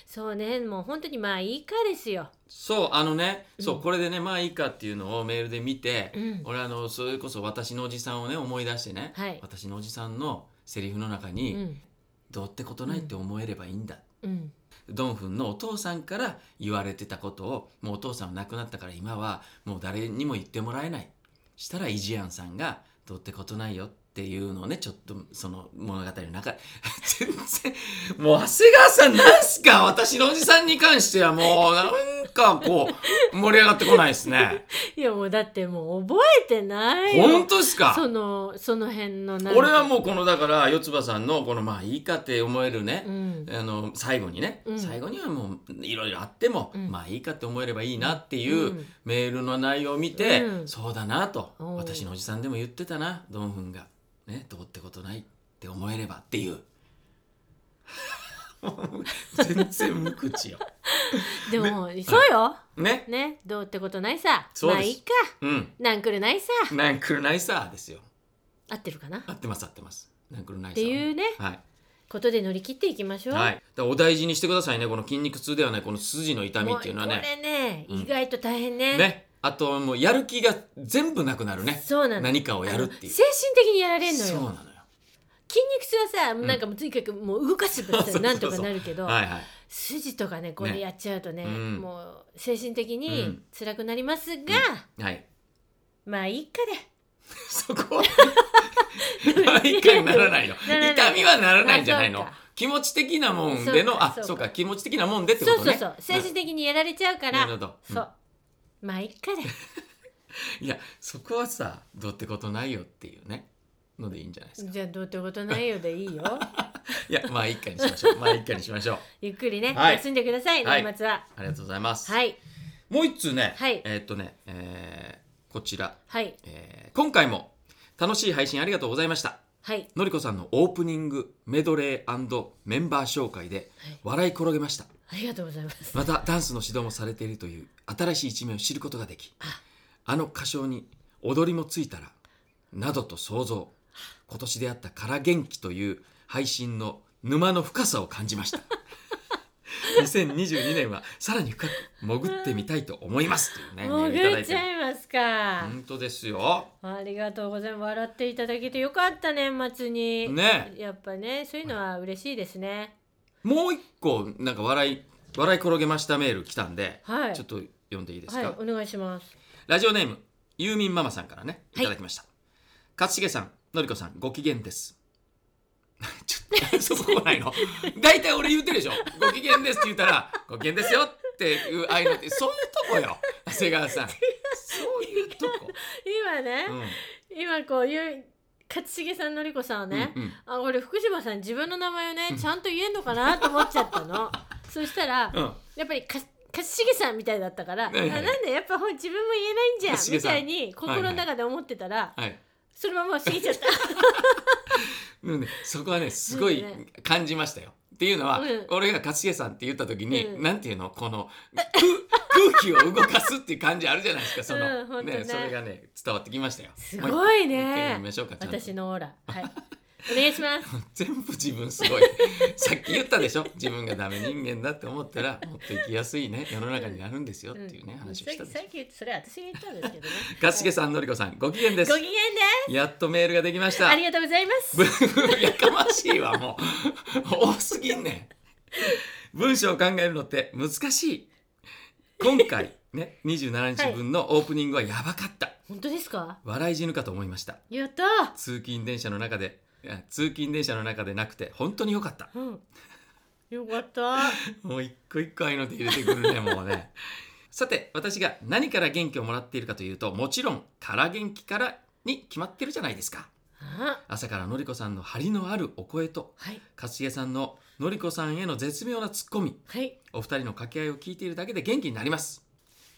Speaker 2: そうねもう本当にまあいいかですよ
Speaker 1: そうあのねそううんこれでねまあいいかっていうのをメールで見て
Speaker 2: うん
Speaker 1: 俺あのそれこそ私のおじさんをね思い出してね
Speaker 2: はい
Speaker 1: 私のおじさんのセリフの中
Speaker 2: う
Speaker 1: に
Speaker 2: ん
Speaker 1: 「どうってことないって思えればいいんだ」
Speaker 2: うん
Speaker 1: ドンフンのお父さんから言われてたことをもうお父さんは亡くなったから今はもう誰にも言ってもらえないしたらイジアンさんが「どうってことないよ」っていうのをねちょっとその物語の中全然もう長谷川さんなんすか私のおじさんに関してはもうなんかこう盛り上がってこないですね
Speaker 2: いやもうだってもう覚えてないよ
Speaker 1: 本当ですか
Speaker 2: そのその辺のなんか
Speaker 1: 俺はもうこのだから四つ葉さんのこのまあいいかって思えるね、
Speaker 2: うん
Speaker 1: あの最後にね、
Speaker 2: うん
Speaker 1: 最後にはもういろいろあっても、
Speaker 2: うん
Speaker 1: まあいいかって思えればいいなっていううんメールの内容を見て、
Speaker 2: うん
Speaker 1: そうだなと
Speaker 2: おう
Speaker 1: 私のおじさんでも言ってたなドンフンが、ね、どうってことないって思えればっていう 全然無口よ。
Speaker 2: でも、そうよ
Speaker 1: ね、
Speaker 2: ねどうってことないさ
Speaker 1: そう
Speaker 2: ま
Speaker 1: です
Speaker 2: あいいか
Speaker 1: うん、
Speaker 2: なんくるないさ
Speaker 1: なんくるないさですよ。
Speaker 2: 合ってるかなっ
Speaker 1: 合ってます合ってます。なんくるないさ。
Speaker 2: ていうね
Speaker 1: はい。
Speaker 2: ことで乗り切っていきましょう、
Speaker 1: はい、だからお大事にしてくださいねこの筋肉痛ではないこの筋の痛み
Speaker 2: もう
Speaker 1: っていうのは
Speaker 2: こ
Speaker 1: ね
Speaker 2: れね
Speaker 1: うん
Speaker 2: 意外と大変ね,、
Speaker 1: ねあともうやる気が全部なくなるね
Speaker 2: そうなの
Speaker 1: 何かをやるっていう
Speaker 2: あの精神的にやられんの
Speaker 1: そうな
Speaker 2: よ
Speaker 1: のよ
Speaker 2: 筋肉痛はさ、なんかもうとにかくもう動かす分
Speaker 1: そうそ
Speaker 2: さ
Speaker 1: うそう
Speaker 2: なんとかなるけど
Speaker 1: はいはい
Speaker 2: 筋とかねこれやっちゃうとね
Speaker 1: ねうん
Speaker 2: もう精神的
Speaker 1: う
Speaker 2: に
Speaker 1: ん
Speaker 2: 辛くなりますが、
Speaker 1: はい
Speaker 2: まあいいか
Speaker 1: そこ は毎回ならないの
Speaker 2: ならない
Speaker 1: 痛みはならないんじゃない
Speaker 2: あ
Speaker 1: の
Speaker 2: そうか
Speaker 1: 気持ち的なもんで
Speaker 2: そう
Speaker 1: の
Speaker 2: か
Speaker 1: あ
Speaker 2: そうか
Speaker 1: そうか気持ち的なもんでっ
Speaker 2: で
Speaker 1: てこ
Speaker 2: そう
Speaker 1: と
Speaker 2: そ
Speaker 1: ね
Speaker 2: うそう精神的にやられちゃうから
Speaker 1: なるほど、うん
Speaker 2: そうまあいいかで
Speaker 1: いやそこはさどうってことないよっていうねのでいいんじゃないですか
Speaker 2: じゃあどうってことないよでい いよ
Speaker 1: いやまあ一回にし ましょうまあ一回にしましょう
Speaker 2: ゆっくりね、
Speaker 1: はい
Speaker 2: 休んでください
Speaker 1: はい
Speaker 2: 年末は
Speaker 1: ありがとうございます、
Speaker 2: はい
Speaker 1: もう一通ね、
Speaker 2: はい
Speaker 1: えーっとね、えーこちら、
Speaker 2: はい
Speaker 1: えー今回も楽しい配信ありがとうございました
Speaker 2: はい
Speaker 1: のりこさんのオープニングメドレーメンバー紹介で笑い転げました
Speaker 2: ありがとうございます
Speaker 1: またダンスの指導もされているという新しい一面を知ることができ
Speaker 2: あ
Speaker 1: あの歌唱に踊りもついたらなどと想像今年出会った「から元気」という配信の沼の深さを感じました2022年はさらに深く潜ってみたいと思いますというね
Speaker 2: もう
Speaker 1: メールい
Speaker 2: ぐ
Speaker 1: ただ
Speaker 2: っ
Speaker 1: い
Speaker 2: ち
Speaker 1: てる
Speaker 2: ゃいますか、
Speaker 1: 本当ですよ
Speaker 2: ありがとうございます笑っていただけてよかった年末に
Speaker 1: ね
Speaker 2: やっぱねそういうのは嬉しいですね
Speaker 1: もう一個なんか笑い笑い転げましたメール来たんで
Speaker 2: はい
Speaker 1: ちょっと読んでいいです
Speaker 2: はい
Speaker 1: か、
Speaker 2: お願いします
Speaker 1: ラジオネームユーミンママさんからね
Speaker 2: はい
Speaker 1: いただきました、勝重さんのりこさんご機嫌です ちょっとそこ来な いの大体俺言ってるでしょご機嫌ですって言ったらご機嫌ですよっていうああいうのってそういうとこよ長谷川 さんそういうとこ、
Speaker 2: 今ね、
Speaker 1: うん
Speaker 2: 今こういう勝重さんのりこさんはね、
Speaker 1: うんうん
Speaker 2: あ俺福島さん自分の名前をねちゃんと言えんのかなと思っちゃったのそしたら
Speaker 1: うん
Speaker 2: やっぱりかかしげさんみたいだったから、
Speaker 1: はいはい
Speaker 2: あなんだやっぱほん自分も言えないんじゃ
Speaker 1: かし
Speaker 2: ん
Speaker 1: げ
Speaker 2: み
Speaker 1: さん
Speaker 2: たいに心の中で思ってたら、
Speaker 1: はい
Speaker 2: そのまま過ぎち ゃった
Speaker 1: でもね、そこはねすごい
Speaker 2: そうだね
Speaker 1: 感じましたよ。っていうのは、
Speaker 2: うん
Speaker 1: 俺が勝家さんって言った時に、
Speaker 2: うん
Speaker 1: なんていうのこの空空気を動かすっていう感じあるじゃないですかその、
Speaker 2: うんほんとね
Speaker 1: ねそれがね伝わってきましたよ。
Speaker 2: す
Speaker 1: もう
Speaker 2: ごい
Speaker 1: 一回
Speaker 2: ね
Speaker 1: 見ましょうかちゃんと
Speaker 2: 私のオー ラはいお願いします
Speaker 1: 全部自分す ごいさっき言ったでしょ自分がダメ人間だって思ったらもっと生きやすいね世の中になるんですよっていうね、話を
Speaker 2: さっ
Speaker 1: した
Speaker 2: き
Speaker 1: でし
Speaker 2: さっき言ってそれは私が言ったんですけどね
Speaker 1: ょ。勝家さんのりこさんご機嫌 です
Speaker 2: ご機嫌です
Speaker 1: やっとメールができました
Speaker 2: あ。りがとうございます
Speaker 1: ブーやかましいわもう多すぎんねん文章を考えるのって難しい今回ね27日分のオープニングはやばかった、
Speaker 2: 本当ですか
Speaker 1: 笑い死ぬかと思いました
Speaker 2: やったー
Speaker 1: 通勤電車の中でいや通勤電車の中でなくて本当によかった
Speaker 2: うんよかった
Speaker 1: もう一個一個愛の手入れてくるねもうね さて私が何から元気をもらっているかというともちろん「から元気から」に決まってるじゃないですか
Speaker 2: あ
Speaker 1: 朝からのりこさんの張りのあるお声と
Speaker 2: はい
Speaker 1: 勝家さんののりこさんへの絶妙なツッコミ
Speaker 2: はい
Speaker 1: お二人の掛け合いを聞いているだけで元気になります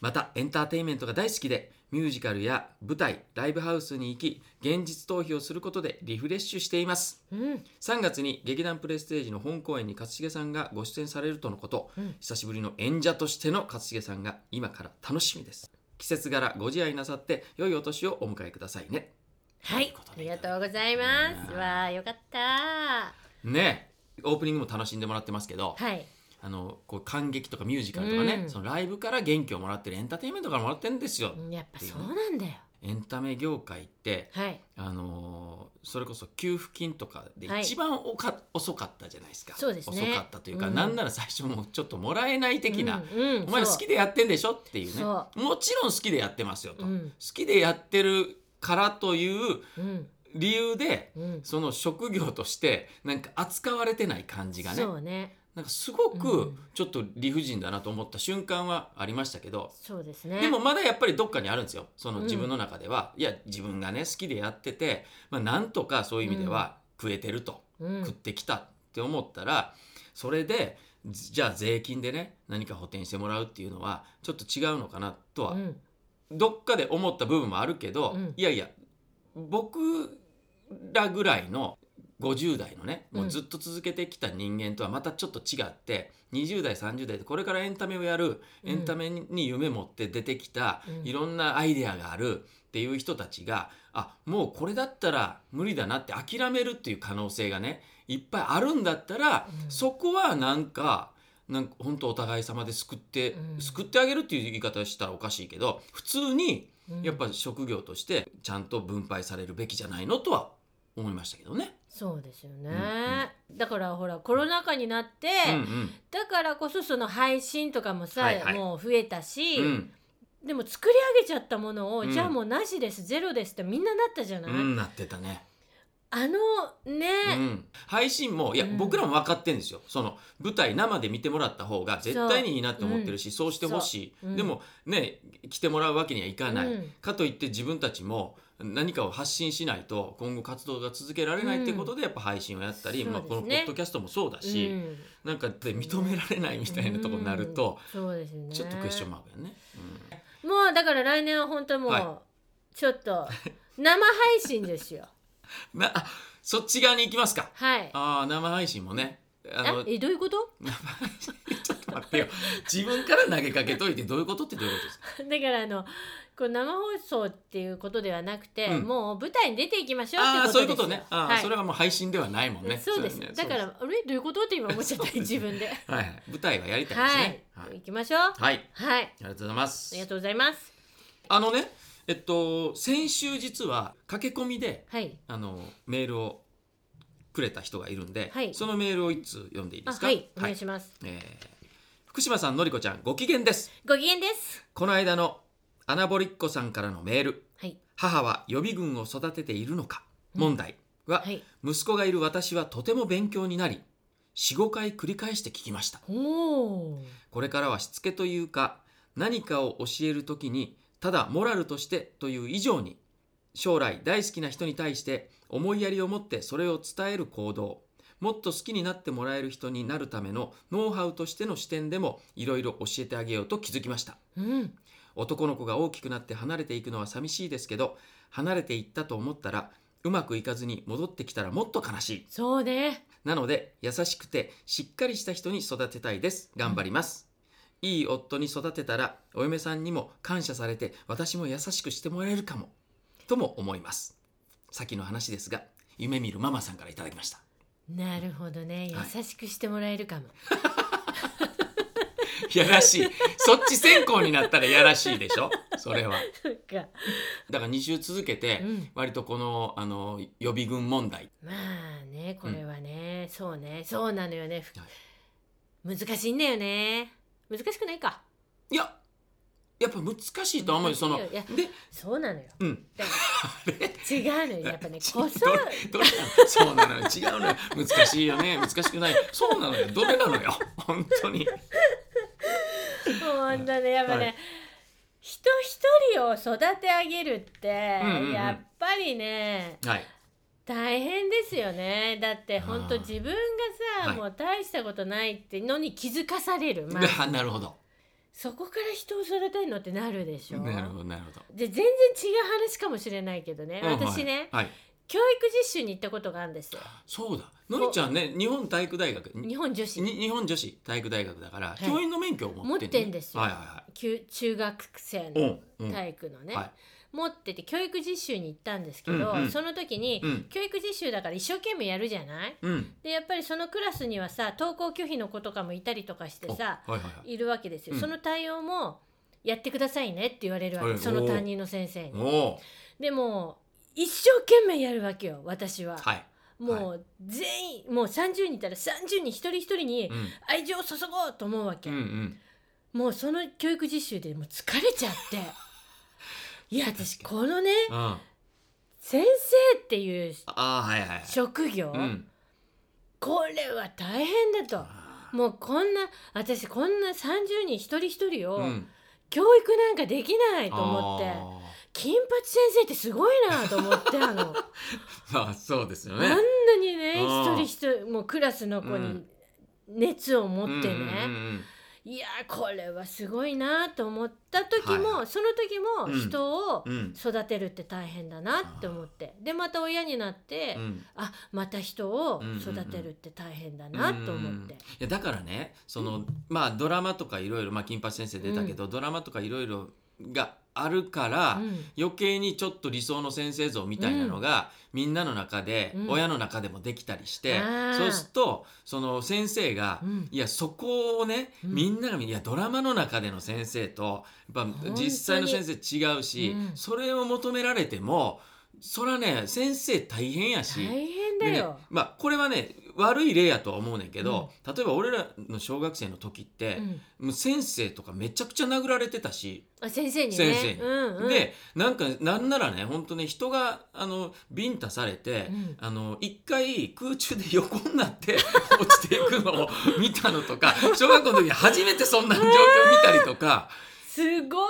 Speaker 1: またエンターテインメントが大好きでミュージカルや舞台ライブハウスに行き現実逃避をすることでリフレッシュしています
Speaker 2: うん
Speaker 1: 3月に劇団プレステージの本公演に勝重さんがご出演されるとのこと、
Speaker 2: うん
Speaker 1: 久しぶりの演者としての勝重さんが今から楽しみです季節柄ご自愛なさって良いお年をお迎えくださいね
Speaker 2: はいありがとうございま
Speaker 1: う
Speaker 2: す
Speaker 1: ん
Speaker 2: わあよかったー
Speaker 1: ねえオープニングも楽しんでもらってますけど、
Speaker 2: はい
Speaker 1: あのこう感激とかミュージカルとかね、
Speaker 2: うん
Speaker 1: そのライブから元気をもらってるエンターテインメントからもらってるんですよ、
Speaker 2: うんやっぱそうなんだよ
Speaker 1: エンタメ業界って、
Speaker 2: はい
Speaker 1: あのーそれこそ給付金とかで
Speaker 2: はい
Speaker 1: 一番おか、遅かったじゃないですか
Speaker 2: そうですね
Speaker 1: 遅かったというか、
Speaker 2: うん
Speaker 1: なんなら最初もうちょっともらえない的な、
Speaker 2: うんうん
Speaker 1: お前ら
Speaker 2: そう
Speaker 1: 好きでやってんでしょっていうね
Speaker 2: そ
Speaker 1: もちろん好きでやってますよと、
Speaker 2: う
Speaker 1: 好
Speaker 2: ん
Speaker 1: きでやってるからという
Speaker 2: うん
Speaker 1: 理由で
Speaker 2: うん
Speaker 1: その職業としてなんか扱われてない感じがね
Speaker 2: そうね
Speaker 1: なんかすご
Speaker 2: う
Speaker 1: く
Speaker 2: ん
Speaker 1: ちょっと理不尽だなと思った瞬間はありましたけど、
Speaker 2: そうですね
Speaker 1: でもまだやっぱりどっかにあるんですよそ
Speaker 2: う
Speaker 1: の
Speaker 2: ん
Speaker 1: 自分の中では、いや自分がね好きでやってて、まあ、なんとかそういう意味では食えてると、
Speaker 2: うん
Speaker 1: 食ってきたって思ったらそれでじじゃあ税金でね何か補填してもらうっていうのはちょっと違うのかなとは、
Speaker 2: うん
Speaker 1: どっかで思った部分もあるけど、
Speaker 2: うん
Speaker 1: いやいや僕らぐらいの50代のねもうずっと続けてきた人間とはまたちょっと違って、20代30代でこれからエンタメをやる
Speaker 2: うん
Speaker 1: エンタメに夢持って出てきた、
Speaker 2: うん
Speaker 1: いろんなアイデアがあるっていう人たちがあもうこれだったら無理だなって諦めるっていう可能性がねいっぱいあるんだったら、
Speaker 2: うん
Speaker 1: そこはなんかなんか本当お互い様で救って、
Speaker 2: うん
Speaker 1: 救ってあげるっていう言い方したらおかしいけど普通に
Speaker 2: うん
Speaker 1: やっぱ職業としてちゃんと分配されるべきじゃないのとは思いましたけどね。
Speaker 2: そうですよね、
Speaker 1: う
Speaker 2: だからほらコロナ禍になって、
Speaker 1: うんうん
Speaker 2: だからこそその配信とかもさ、
Speaker 1: はいはい
Speaker 2: もう増えたし、
Speaker 1: うん
Speaker 2: でも作り上げちゃったものを、
Speaker 1: うん
Speaker 2: じゃあもうなしですゼロですってみんななったじゃない、
Speaker 1: うん、なってたね、
Speaker 2: あのね、
Speaker 1: うん、配信もいや、
Speaker 2: うん
Speaker 1: 僕らも分かってんですよその舞台生で見てもらった方が絶対にいいなって思ってるしそう,、してほしい、
Speaker 2: そううん
Speaker 1: でもね来てもらうわけにはいかない、
Speaker 2: うん
Speaker 1: かといって自分たちも何かを発信しないと今後活動が続けられないってことでやっぱ配信をやったり、
Speaker 2: そう
Speaker 1: ま
Speaker 2: で
Speaker 1: あ、
Speaker 2: すね
Speaker 1: このポッドキャストもそうだし、
Speaker 2: うん
Speaker 1: なんかで認められないみたいなとこになると、
Speaker 2: うんそうですね
Speaker 1: ちょっとクエスチョンマークやね。
Speaker 2: もうだから来年は本当もう、
Speaker 1: は
Speaker 2: ちょっと生配信ですよ
Speaker 1: うん、なあそっち側に行きますか。
Speaker 2: はい
Speaker 1: ああ生配信もね。あの
Speaker 2: あえどういうこと
Speaker 1: 生配信ちょっと待ってよ。自分から投げかけといてどういうことってどういうことです か。
Speaker 2: だからあのこう生放送っていうことではなくて、
Speaker 1: うん
Speaker 2: もう舞台に出ていきましょう
Speaker 1: あ
Speaker 2: っ
Speaker 1: あ
Speaker 2: て
Speaker 1: ーそういう
Speaker 2: こ
Speaker 1: ことと
Speaker 2: ですよ
Speaker 1: ね。ああ、
Speaker 2: はい
Speaker 1: それはもう配信ではないもんね。
Speaker 2: そうです、
Speaker 1: れね
Speaker 2: だか。
Speaker 1: そう
Speaker 2: らあれどういうことって今思っちゃった 自分で
Speaker 1: ですはいはい舞台はやりたいです
Speaker 2: はい
Speaker 1: ね。、はい。
Speaker 2: 行きましょうはい、
Speaker 1: は
Speaker 2: あ
Speaker 1: い。ありがとうございます
Speaker 2: りが。とうございます
Speaker 1: あのね、えっと先週実は駆け込みで
Speaker 2: はい
Speaker 1: あのメールをくれた人がいるんで、
Speaker 2: はい
Speaker 1: そのメールを一通読んでいいで
Speaker 2: あ
Speaker 1: すか。
Speaker 2: はいお願いします、
Speaker 1: えー福島さんのりこちゃんご機嫌です
Speaker 2: ご機嫌です
Speaker 1: この間のアナボリッコさんからのメール
Speaker 2: はい
Speaker 1: 母は予備軍を育てているのか問題は、
Speaker 2: はい
Speaker 1: 息子がいる私はとても勉強になり45回繰り返して聞きました
Speaker 2: おおー
Speaker 1: これからはしつけというか何かを教える時にただモラルとしてという以上に将来大好きな人に対して思いやりを持ってそれを伝える行動もっと好きになってもらえる人になるためのノウハウとしての視点でもいろいろ教えてあげようと気づきました
Speaker 2: うん
Speaker 1: 男の子が大きくなって離れていくのは寂しいですけど離れていったと思ったらうまくいかずに戻ってきたらもっと悲しい
Speaker 2: そうね
Speaker 1: なので優しくてしっかりした人に育てたいです頑張ります、いい夫に育てたらお嫁さんにも感謝されて私も優しくしてもらえるかもとも思います先の話ですが夢見るママさんからいただきました
Speaker 2: なるほどね
Speaker 1: はい
Speaker 2: 優しくしてもらえるかも、
Speaker 1: いやらしいそっち先行になったらやらしいでしょそれは
Speaker 2: そっか
Speaker 1: だから2週続けて
Speaker 2: うん
Speaker 1: 割とこのあの予備軍問題
Speaker 2: まあねこれはね、そうねそうなのよね、ふ
Speaker 1: はい
Speaker 2: 難しいんだよね難しくないか
Speaker 1: いややっぱ難しいとは思うよその
Speaker 2: いや
Speaker 1: で
Speaker 2: そうなのよ
Speaker 1: うん
Speaker 2: だ から違うのよやっぱねこそ
Speaker 1: どれどれなのそうなのよ違うのよ難しいよね難しくないそうなのよどれなのよ本当に
Speaker 2: ほんとねやっぱね、
Speaker 1: はい
Speaker 2: 人一人を育て上げるって、
Speaker 1: うんうんうん
Speaker 2: やっぱりね
Speaker 1: はい
Speaker 2: 大変ですよねだってほんと
Speaker 1: あー
Speaker 2: 自分がさ、
Speaker 1: はい
Speaker 2: もう大したことないってのに気づかされる、まあ、
Speaker 1: あなるほど
Speaker 2: そこから人を育てるのってなるでしょ
Speaker 1: なるほどなるほど
Speaker 2: で全然違う話かもしれないけどね、
Speaker 1: うん
Speaker 2: 私ね、
Speaker 1: はい、はい
Speaker 2: 教育実習に行ったことがあるんですよ
Speaker 1: そうだのりちゃんね日本体育大学に
Speaker 2: 日本女子
Speaker 1: に日本女子体育大学だから、
Speaker 2: い
Speaker 1: 教員の免許を持って
Speaker 2: 持ってんですよ
Speaker 1: はいは
Speaker 2: 中中学生
Speaker 1: いは
Speaker 2: の
Speaker 1: いうんうん
Speaker 2: 体育のね、
Speaker 1: はい
Speaker 2: 持ってて教育実習に行ったんですけど、
Speaker 1: うんうん
Speaker 2: その時に、
Speaker 1: うん
Speaker 2: 教育実習だから一生懸命やるじゃない
Speaker 1: うん
Speaker 2: でやっぱりそのクラスにはさ登校拒否の子とかもいたりとかしてさ
Speaker 1: おはいはいはい
Speaker 2: いるわけですよ、
Speaker 1: うん
Speaker 2: その対応もやってくださいねって言われるわけ、
Speaker 1: はい
Speaker 2: その担任の先生に
Speaker 1: おー
Speaker 2: でも一生懸命やるわけよ私は、
Speaker 1: はい、
Speaker 2: もう全員もう30人いたら30人一人一人に
Speaker 1: うん、
Speaker 2: 愛情を注ごうと思うわけ、
Speaker 1: うんうん
Speaker 2: もうその教育実習でもう疲れちゃって いや私
Speaker 1: 確
Speaker 2: このね
Speaker 1: うんあ
Speaker 2: 先生っていう
Speaker 1: あーはいはいはい
Speaker 2: 職業、
Speaker 1: うん
Speaker 2: これは大変だと
Speaker 1: あ
Speaker 2: もうこんな私こんな30人一人一人
Speaker 1: ーう
Speaker 2: を
Speaker 1: ん
Speaker 2: 教育なんかできないと思って、金八先生ってすごいなと思ってあ の、
Speaker 1: あーあそうですよ
Speaker 2: あん
Speaker 1: ね
Speaker 2: なにね
Speaker 1: うん
Speaker 2: 一人一人もうクラスの子
Speaker 1: う
Speaker 2: に
Speaker 1: ん
Speaker 2: 熱を持ってね、
Speaker 1: うんうんうんうん
Speaker 2: いやーこれはすごいなと思った時も、
Speaker 1: は
Speaker 2: その時も
Speaker 1: うん
Speaker 2: 人を
Speaker 1: うん
Speaker 2: 育てるって大変だなって思って、でまた親になって、
Speaker 1: うん
Speaker 2: あまた人を育てるって大変だなと思って
Speaker 1: い。やだからねその、まあドラマとかいろいろ「まあ、金八先生」出たけど、ドラマとかいろいろがあるから、
Speaker 2: うん
Speaker 1: 余計にちょっと理想の先生像みたいなのが、みんなの中で、
Speaker 2: うん
Speaker 1: 親の中でもできたりして、
Speaker 2: あー
Speaker 1: そうするとその先生が、
Speaker 2: うん
Speaker 1: いやそこをね、
Speaker 2: うん
Speaker 1: みんながみいやドラマの中での先生とやっ
Speaker 2: 本当
Speaker 1: ぱ
Speaker 2: に
Speaker 1: 実際の先生違うし、
Speaker 2: うん
Speaker 1: それを求められてもそらね先生大変やし。
Speaker 2: 大変
Speaker 1: で
Speaker 2: だ
Speaker 1: ね
Speaker 2: よ。、
Speaker 1: まあこれはね悪い例やとは思うねんけど、例えば俺らの小学生の時って、
Speaker 2: うん
Speaker 1: もう先生とかめちゃくちゃ殴られてたし、
Speaker 2: あ先生にね。
Speaker 1: 先生に
Speaker 2: うんうん、
Speaker 1: でなんかなんならね本当ね人があのビンタされて、
Speaker 2: うん
Speaker 1: あの一回空中で横になって 落ちていくのを見たのとか小学校の時に初めてそんな状況見たりとか
Speaker 2: すごい。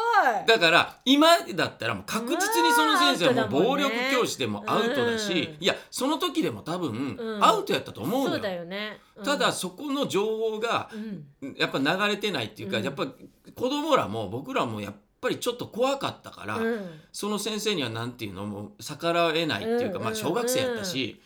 Speaker 1: だから今だったらもう確実にその先生はもう
Speaker 2: うわーアウトだもん
Speaker 1: 暴
Speaker 2: ね
Speaker 1: 力教師でもアウトだし、
Speaker 2: うん
Speaker 1: いやその時でも多分
Speaker 2: うん
Speaker 1: アウトやったと思うの
Speaker 2: そ
Speaker 1: よ
Speaker 2: う。だよね。うん
Speaker 1: ただ、そこの情報が
Speaker 2: うん、
Speaker 1: やっぱ流れてないっていうか、
Speaker 2: うん
Speaker 1: やっぱ子供らも僕らもやっぱりちょっと怖かったから、
Speaker 2: うん
Speaker 1: その先生にはなんていうのもう逆らえないっていうか、
Speaker 2: うん
Speaker 1: まあ、小学生やったし、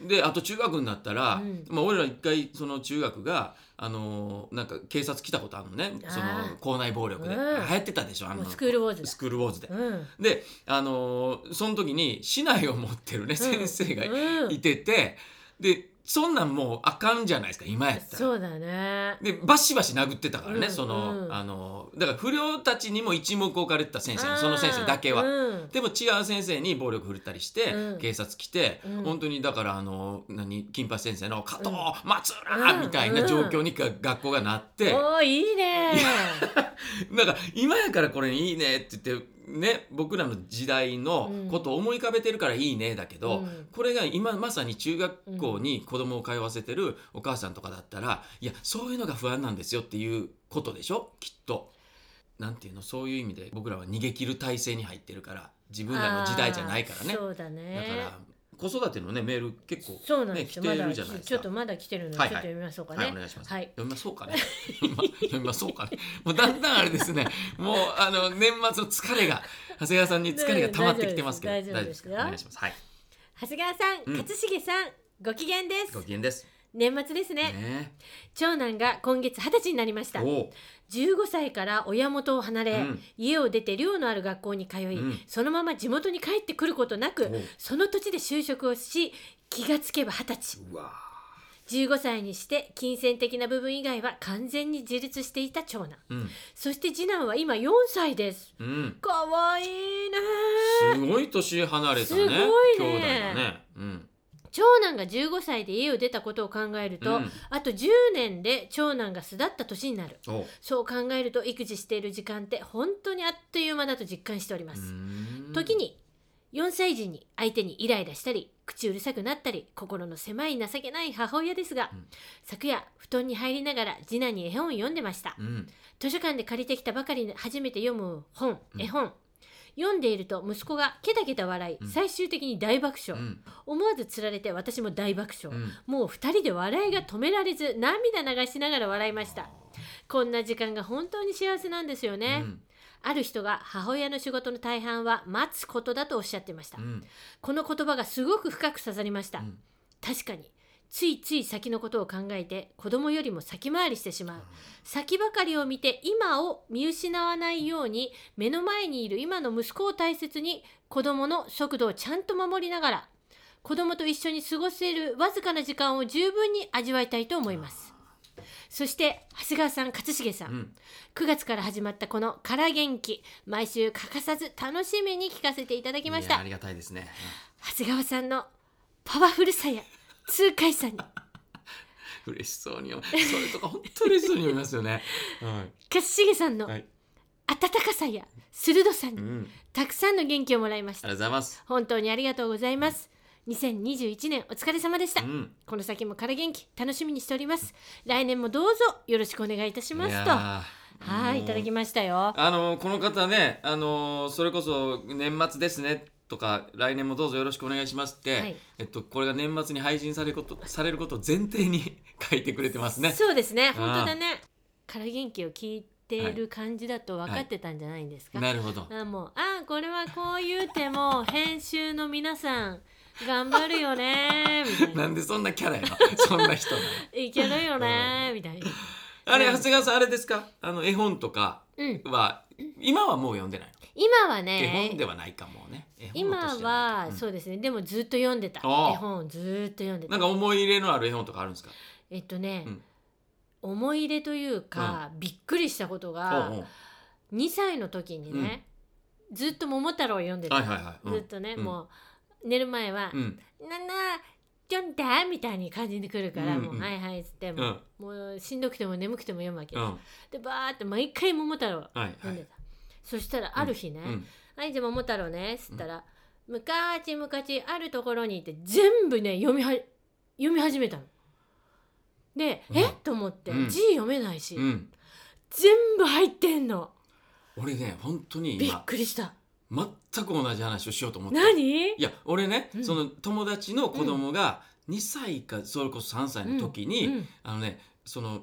Speaker 1: であと中学になったら、
Speaker 2: うん
Speaker 1: まあ、俺ら一回その中学が、あのーなんか警察来たことあるのねそ
Speaker 2: あ
Speaker 1: の
Speaker 2: ー
Speaker 1: 校内暴力で、
Speaker 2: うん
Speaker 1: 流行ってたでしょあ
Speaker 2: も
Speaker 1: の
Speaker 2: うスクールウォーズだ
Speaker 1: ス。クールウォーズで。
Speaker 2: うん、
Speaker 1: で、あのーその時に市内を持ってるね、先生が
Speaker 2: うん
Speaker 1: いててでそんなんもうあかんじゃないですか今やったら。
Speaker 2: そうだね。
Speaker 1: でバシバシ殴ってたからね、
Speaker 2: うん
Speaker 1: その、
Speaker 2: うん
Speaker 1: あのだから不良たちにも一目置かれてた先生なのその先生だけは。
Speaker 2: うん
Speaker 1: でも違う先生に暴力振るったりして、
Speaker 2: うん
Speaker 1: 警察来て、
Speaker 2: うん
Speaker 1: 本当にだからあの何金八先生の「加藤、
Speaker 2: うん
Speaker 1: 松浦!」
Speaker 2: うん
Speaker 1: みたいな状況にが、学校がなって
Speaker 2: おーいいね。
Speaker 1: なんか今やからこれいいねって言ってね僕らの時代のことを思い浮かべてるからいいねだけど、
Speaker 2: うん
Speaker 1: これが今まさに中学校に子供を通わせてるお母さんとかだったら、いやそういうのが不安なんですよっていうことでしょきっと。なんていうのそういう意味で僕らは逃げ切る体制に入ってるから自分らの時代じゃないからね
Speaker 2: あーそうだね。
Speaker 1: だから子育てのねメール結構
Speaker 2: そうなんですよ、
Speaker 1: ね来
Speaker 2: ま
Speaker 1: て
Speaker 2: だ
Speaker 1: るじゃないですか
Speaker 2: ちょっとまだ来てるのでちょ
Speaker 1: は
Speaker 2: っ
Speaker 1: い
Speaker 2: と
Speaker 1: はい
Speaker 2: 読みましょうかね、
Speaker 1: はいお願いします、
Speaker 2: はい
Speaker 1: 読みましょうかね読みましょうかねもうだんだんあれですねもうあの年末の疲れが長谷川さんに疲れが溜まってきてますけど
Speaker 2: 大丈夫です
Speaker 1: 大お願いしますはい
Speaker 2: 長谷川さん、
Speaker 1: うん
Speaker 2: 勝重さんご機嫌で
Speaker 1: ご
Speaker 2: す
Speaker 1: 機嫌です
Speaker 2: 年末ですね
Speaker 1: ね
Speaker 2: 長男が今月二十歳になりました
Speaker 1: おお
Speaker 2: 15歳から親元を離れ、
Speaker 1: うん
Speaker 2: 家を出て寮のある学校に通い、
Speaker 1: うん
Speaker 2: そのまま地元に帰ってくることな
Speaker 1: お
Speaker 2: く
Speaker 1: う
Speaker 2: その土地で就職をし気がつけば二十歳
Speaker 1: うわ
Speaker 2: 15歳にして金銭的な部分以外は完全に自立していた長男
Speaker 1: ーうん
Speaker 2: そして次男は今4歳です
Speaker 1: うん
Speaker 2: かわいいね
Speaker 1: すごい年離れたね
Speaker 2: すごいね
Speaker 1: 兄弟だねうん
Speaker 2: 長男が15歳で家を出たことを考えると、
Speaker 1: うん
Speaker 2: あと10年で長男が巣立った年になる
Speaker 1: おう
Speaker 2: そう考えると育児している時間って本当にあっという間だと実感しております、
Speaker 1: うん
Speaker 2: 時に4歳児に相手にイライラしたり口うるさくなったり心の狭い情けない母親ですが、
Speaker 1: うん
Speaker 2: 昨夜布団に入りながら次男に絵本を読んでました、
Speaker 1: うん
Speaker 2: 図書館で借りてきたばかりで初めて読む本、
Speaker 1: うん
Speaker 2: 絵本読んでいると息子がケタケタ笑い、
Speaker 1: うん
Speaker 2: 最終的に大爆
Speaker 1: う
Speaker 2: 笑、
Speaker 1: ん
Speaker 2: 思わずつられて私も大爆
Speaker 1: う
Speaker 2: 笑、
Speaker 1: ん
Speaker 2: もう2人で笑いが止められず涙流しながら笑いましたこんな時間が本当に幸せなんですよね、
Speaker 1: うん
Speaker 2: ある人が母親の仕事の大半は待つことだとおっしゃってました、
Speaker 1: うん
Speaker 2: この言葉がすごく深く刺さりました、
Speaker 1: うん
Speaker 2: 確かについつい先のことを考えて子供よりも先回りしてしまう先ばかりを見て今を見失わないように目の前にいる今の息子を大切に子供の速度をちゃんと守りながら子供と一緒に過ごせるわずかな時間を十分に味わいたいと思いますそして長谷川さん勝重さん、
Speaker 1: うん
Speaker 2: 9月から始まったこの「から元気」毎週欠かさず楽しみに聞かせていただきまし
Speaker 1: いや
Speaker 2: た
Speaker 1: ありがたいですね
Speaker 2: 長谷川さんのパワフルさや痛快さに
Speaker 1: うん嬉しそうに読むそれとか本当に嬉しそうに読みますよねはい
Speaker 2: 勝重さんの
Speaker 1: はい
Speaker 2: 温かさや鋭さ
Speaker 1: う
Speaker 2: に
Speaker 1: ん
Speaker 2: たくさんの元気をもらいました
Speaker 1: ありがとうございます
Speaker 2: 本当にありがとうございます2021年お疲れ様でした、
Speaker 1: うん
Speaker 2: この先もから元気楽しみにしております来年もどうぞよろしくお願いいたしますとは
Speaker 1: やー
Speaker 2: いいただき
Speaker 1: もう
Speaker 2: ましたよ
Speaker 1: あのこの方ねあのそれこそ年末ですねとか来年もどうぞよろしくお願いしますって、
Speaker 2: はい
Speaker 1: えっとこれが年末に配信されることされることを前提に書いてくれてますね。
Speaker 2: そうですね
Speaker 1: ん
Speaker 2: 本当だねから元気を聞いてる感じだと分かってたんじゃないんですか、
Speaker 1: なるほど。
Speaker 2: あもうあこれはこう言うても編集の皆さん頑張るよ ねみたい
Speaker 1: な
Speaker 2: なん
Speaker 1: でそんなキャラやの そんな人 なの
Speaker 2: いけるよねみたいな
Speaker 1: あれ
Speaker 2: うん
Speaker 1: 長谷川さんあれですかあの絵本とか
Speaker 2: うん
Speaker 1: は今はもう読んでないの、
Speaker 2: 今は
Speaker 1: 絵
Speaker 2: ね
Speaker 1: 本ではないかもね絵本
Speaker 2: 今
Speaker 1: の年じゃないか
Speaker 2: は、
Speaker 1: うん
Speaker 2: そうですねでもずっと読んでた
Speaker 1: ああ
Speaker 2: 絵本をずっと読んで
Speaker 1: な
Speaker 2: た
Speaker 1: んか思い入れのある絵本とかあるんですか
Speaker 2: えっとね、
Speaker 1: うん
Speaker 2: 思い入れというか、びっくりしたこと
Speaker 1: おうお
Speaker 2: が
Speaker 1: う
Speaker 2: 2歳の時にね、ずっと「桃太郎」を読んでた、
Speaker 1: はいはいはい、うん
Speaker 2: ずっとね、
Speaker 1: うん
Speaker 2: もう寝る前は
Speaker 1: うん
Speaker 2: 「なな読んだ?」みたいに感じにくるから「
Speaker 1: うん
Speaker 2: もう
Speaker 1: うん
Speaker 2: はいはい」っつって
Speaker 1: う
Speaker 2: も
Speaker 1: ん
Speaker 2: う,、もうしんどくても眠くても読むわけ、
Speaker 1: うん
Speaker 2: でバーって毎回「桃太郎」
Speaker 1: はいは
Speaker 2: 読んで
Speaker 1: い
Speaker 2: た、そしたらある日ね「
Speaker 1: うん
Speaker 2: はいじゃあ桃太郎ね」っつったら「むかちむかちあるところに」って全部ね読みは読み始めたの。で、
Speaker 1: うん
Speaker 2: えっと思って、
Speaker 1: うん
Speaker 2: 字読めないし、
Speaker 1: うん
Speaker 2: 全部入ってんの
Speaker 1: 俺ね本当に
Speaker 2: びっ
Speaker 1: 今
Speaker 2: くりした
Speaker 1: 全く同じ話をしようと思ってい
Speaker 2: 何
Speaker 1: や俺ね、
Speaker 2: うん
Speaker 1: その友達の子供が2歳かそれこそ3歳の時に、
Speaker 2: うん
Speaker 1: あのねその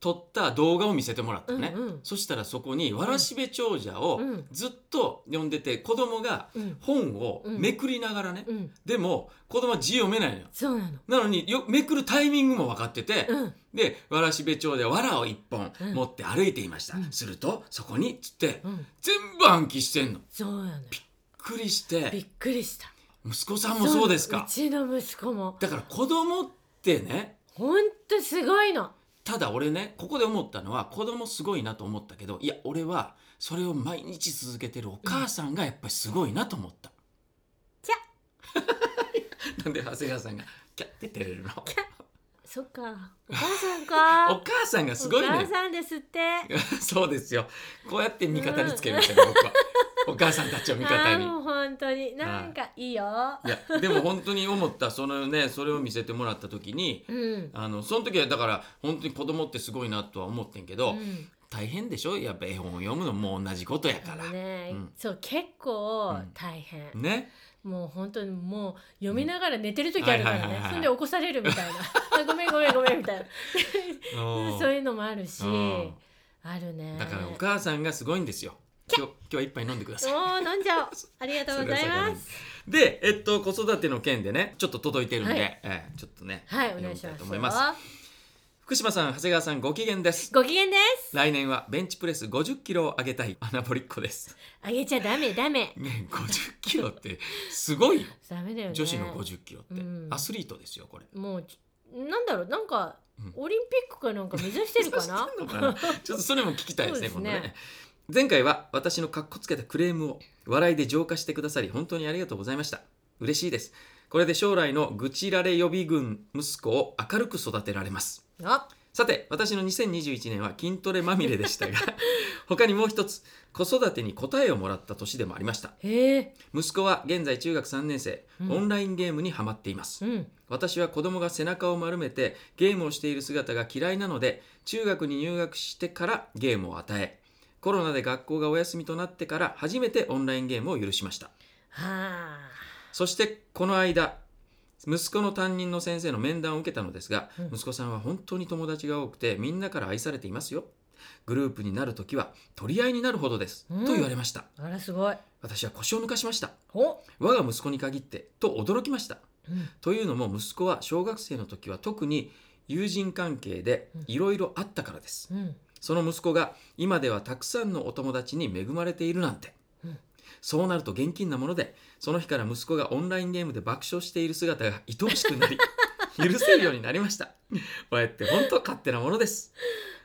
Speaker 1: 撮った動画を見せてもらった
Speaker 2: う
Speaker 1: の
Speaker 2: ん
Speaker 1: ね、
Speaker 2: うん
Speaker 1: そしたらそこに「わらしべ長者」を
Speaker 2: うん
Speaker 1: ずっと読んでて子供が
Speaker 2: うん
Speaker 1: 本をめくりながらね、
Speaker 2: うん
Speaker 1: でも子供は字読めないのよ
Speaker 2: そうなの
Speaker 1: なのによめくるタイミングも分かってて、
Speaker 2: うん
Speaker 1: でわらしべ長者はわらを一本
Speaker 2: うん
Speaker 1: 持って歩いていました、
Speaker 2: うん
Speaker 1: するとそこにつって
Speaker 2: うん
Speaker 1: 全部暗記してんのびっ
Speaker 2: そうなのよ
Speaker 1: くりし
Speaker 2: び
Speaker 1: て
Speaker 2: っくりした
Speaker 1: 息子さんもそうです
Speaker 2: そう
Speaker 1: か
Speaker 2: うちの息子も
Speaker 1: だから子供ってね
Speaker 2: ほんとすごいの
Speaker 1: ただ俺ねここで思ったのは子供すごいなと思ったけどいや俺はそれを毎日続けてるお母さんがやっぱりすごいなと思った、
Speaker 2: キャ
Speaker 1: なんで長谷川さんがキャッて照れるの
Speaker 2: そっかお母さん
Speaker 1: お
Speaker 2: か
Speaker 1: 母さんがすごい
Speaker 2: お母
Speaker 1: ね
Speaker 2: さんですって
Speaker 1: そうですよこうやって味方につけるんですよ、僕はお母さんたちを味方
Speaker 2: あー
Speaker 1: に
Speaker 2: もう本当になんかいいよ、
Speaker 1: いやでも本当に思ったそのねそれを見せてもらった時に
Speaker 2: うん
Speaker 1: あのその時はだから本当に子供ってすごいなとは思ってんけど、
Speaker 2: うん
Speaker 1: 大変でしょやっぱ絵本を読むのも同じことやか
Speaker 2: あ
Speaker 1: ら
Speaker 2: のね、
Speaker 1: うん
Speaker 2: そう結構
Speaker 1: うん
Speaker 2: 大変、
Speaker 1: ね
Speaker 2: もう本当にもう読みながら寝てる時あるから
Speaker 1: はいはい
Speaker 2: ね
Speaker 1: はいはい
Speaker 2: そんで起こされるみたいな あごめんごめんごめんみたいな
Speaker 1: おー
Speaker 2: そういうのもあるし
Speaker 1: うん
Speaker 2: あるね
Speaker 1: だからお母さんがすごいんですよ今日今日は一杯飲んでください
Speaker 2: おー飲んじゃおうありがとうございます
Speaker 1: すで、えっと、子育ての件でねちょっと届いてるんで、
Speaker 2: はい
Speaker 1: えーちょっとね
Speaker 2: はいお願いし
Speaker 1: 読
Speaker 2: ま
Speaker 1: みた
Speaker 2: す
Speaker 1: と思います福島さん長谷川さんご機嫌です
Speaker 2: ご機嫌です
Speaker 1: 来年はベンチプレス50キロを上げたいアナボリッコです
Speaker 2: あげちゃダメダメ
Speaker 1: ね50キロってすごいよ
Speaker 2: ダメだ よね
Speaker 1: 女子の50キロって、
Speaker 2: うん
Speaker 1: アスリートですよこれ
Speaker 2: もうちなんだろうなんか
Speaker 1: うん
Speaker 2: オリンピックかなんか目指してるか な
Speaker 1: 知ってんのかなちょっとそれも聞きたいですね
Speaker 2: そうですね
Speaker 1: 今度ね前回は私のカッコつけたクレームを笑いで浄化してくださり本当にありがとうございました嬉しいですこれで将来の愚痴られ予備軍息子を明るく育てられます
Speaker 2: あ
Speaker 1: さて私の2021年は筋トレまみれで したが他にもう一つ子育てに答えをもらった年でもありました
Speaker 2: へえ
Speaker 1: 息子は現在中学3年生、
Speaker 2: うん
Speaker 1: オンラインゲームにはまっています、
Speaker 2: うん
Speaker 1: 私は子供が背中を丸めてゲームをしている姿が嫌いなので中学に入学してからゲームを与えコロナで学校がお休みとなってから初めてオンラインゲームを許しました
Speaker 2: はあ
Speaker 1: そしてこの間息子の担任の先生の面談を受けたのですが、
Speaker 2: うん
Speaker 1: 息子さんは本当に友達が多くてみんなから愛されていますよグループになる時は取り合いになるほどです、
Speaker 2: うん
Speaker 1: と言われました
Speaker 2: あらすごい
Speaker 1: 私は腰を抜かしました
Speaker 2: お
Speaker 1: 我が息子に限ってと驚きました
Speaker 2: うん
Speaker 1: というのも息子は小学生の時は特に友人関係でいろいろあったからです、
Speaker 2: うん
Speaker 1: その息子が今ではたくさんのお友達に恵まれているなんて、
Speaker 2: うん
Speaker 1: そうなると現金なものでその日から息子がオンラインゲームで爆笑している姿が愛おしくなり許せるようになりましたこうやって本当勝手なものです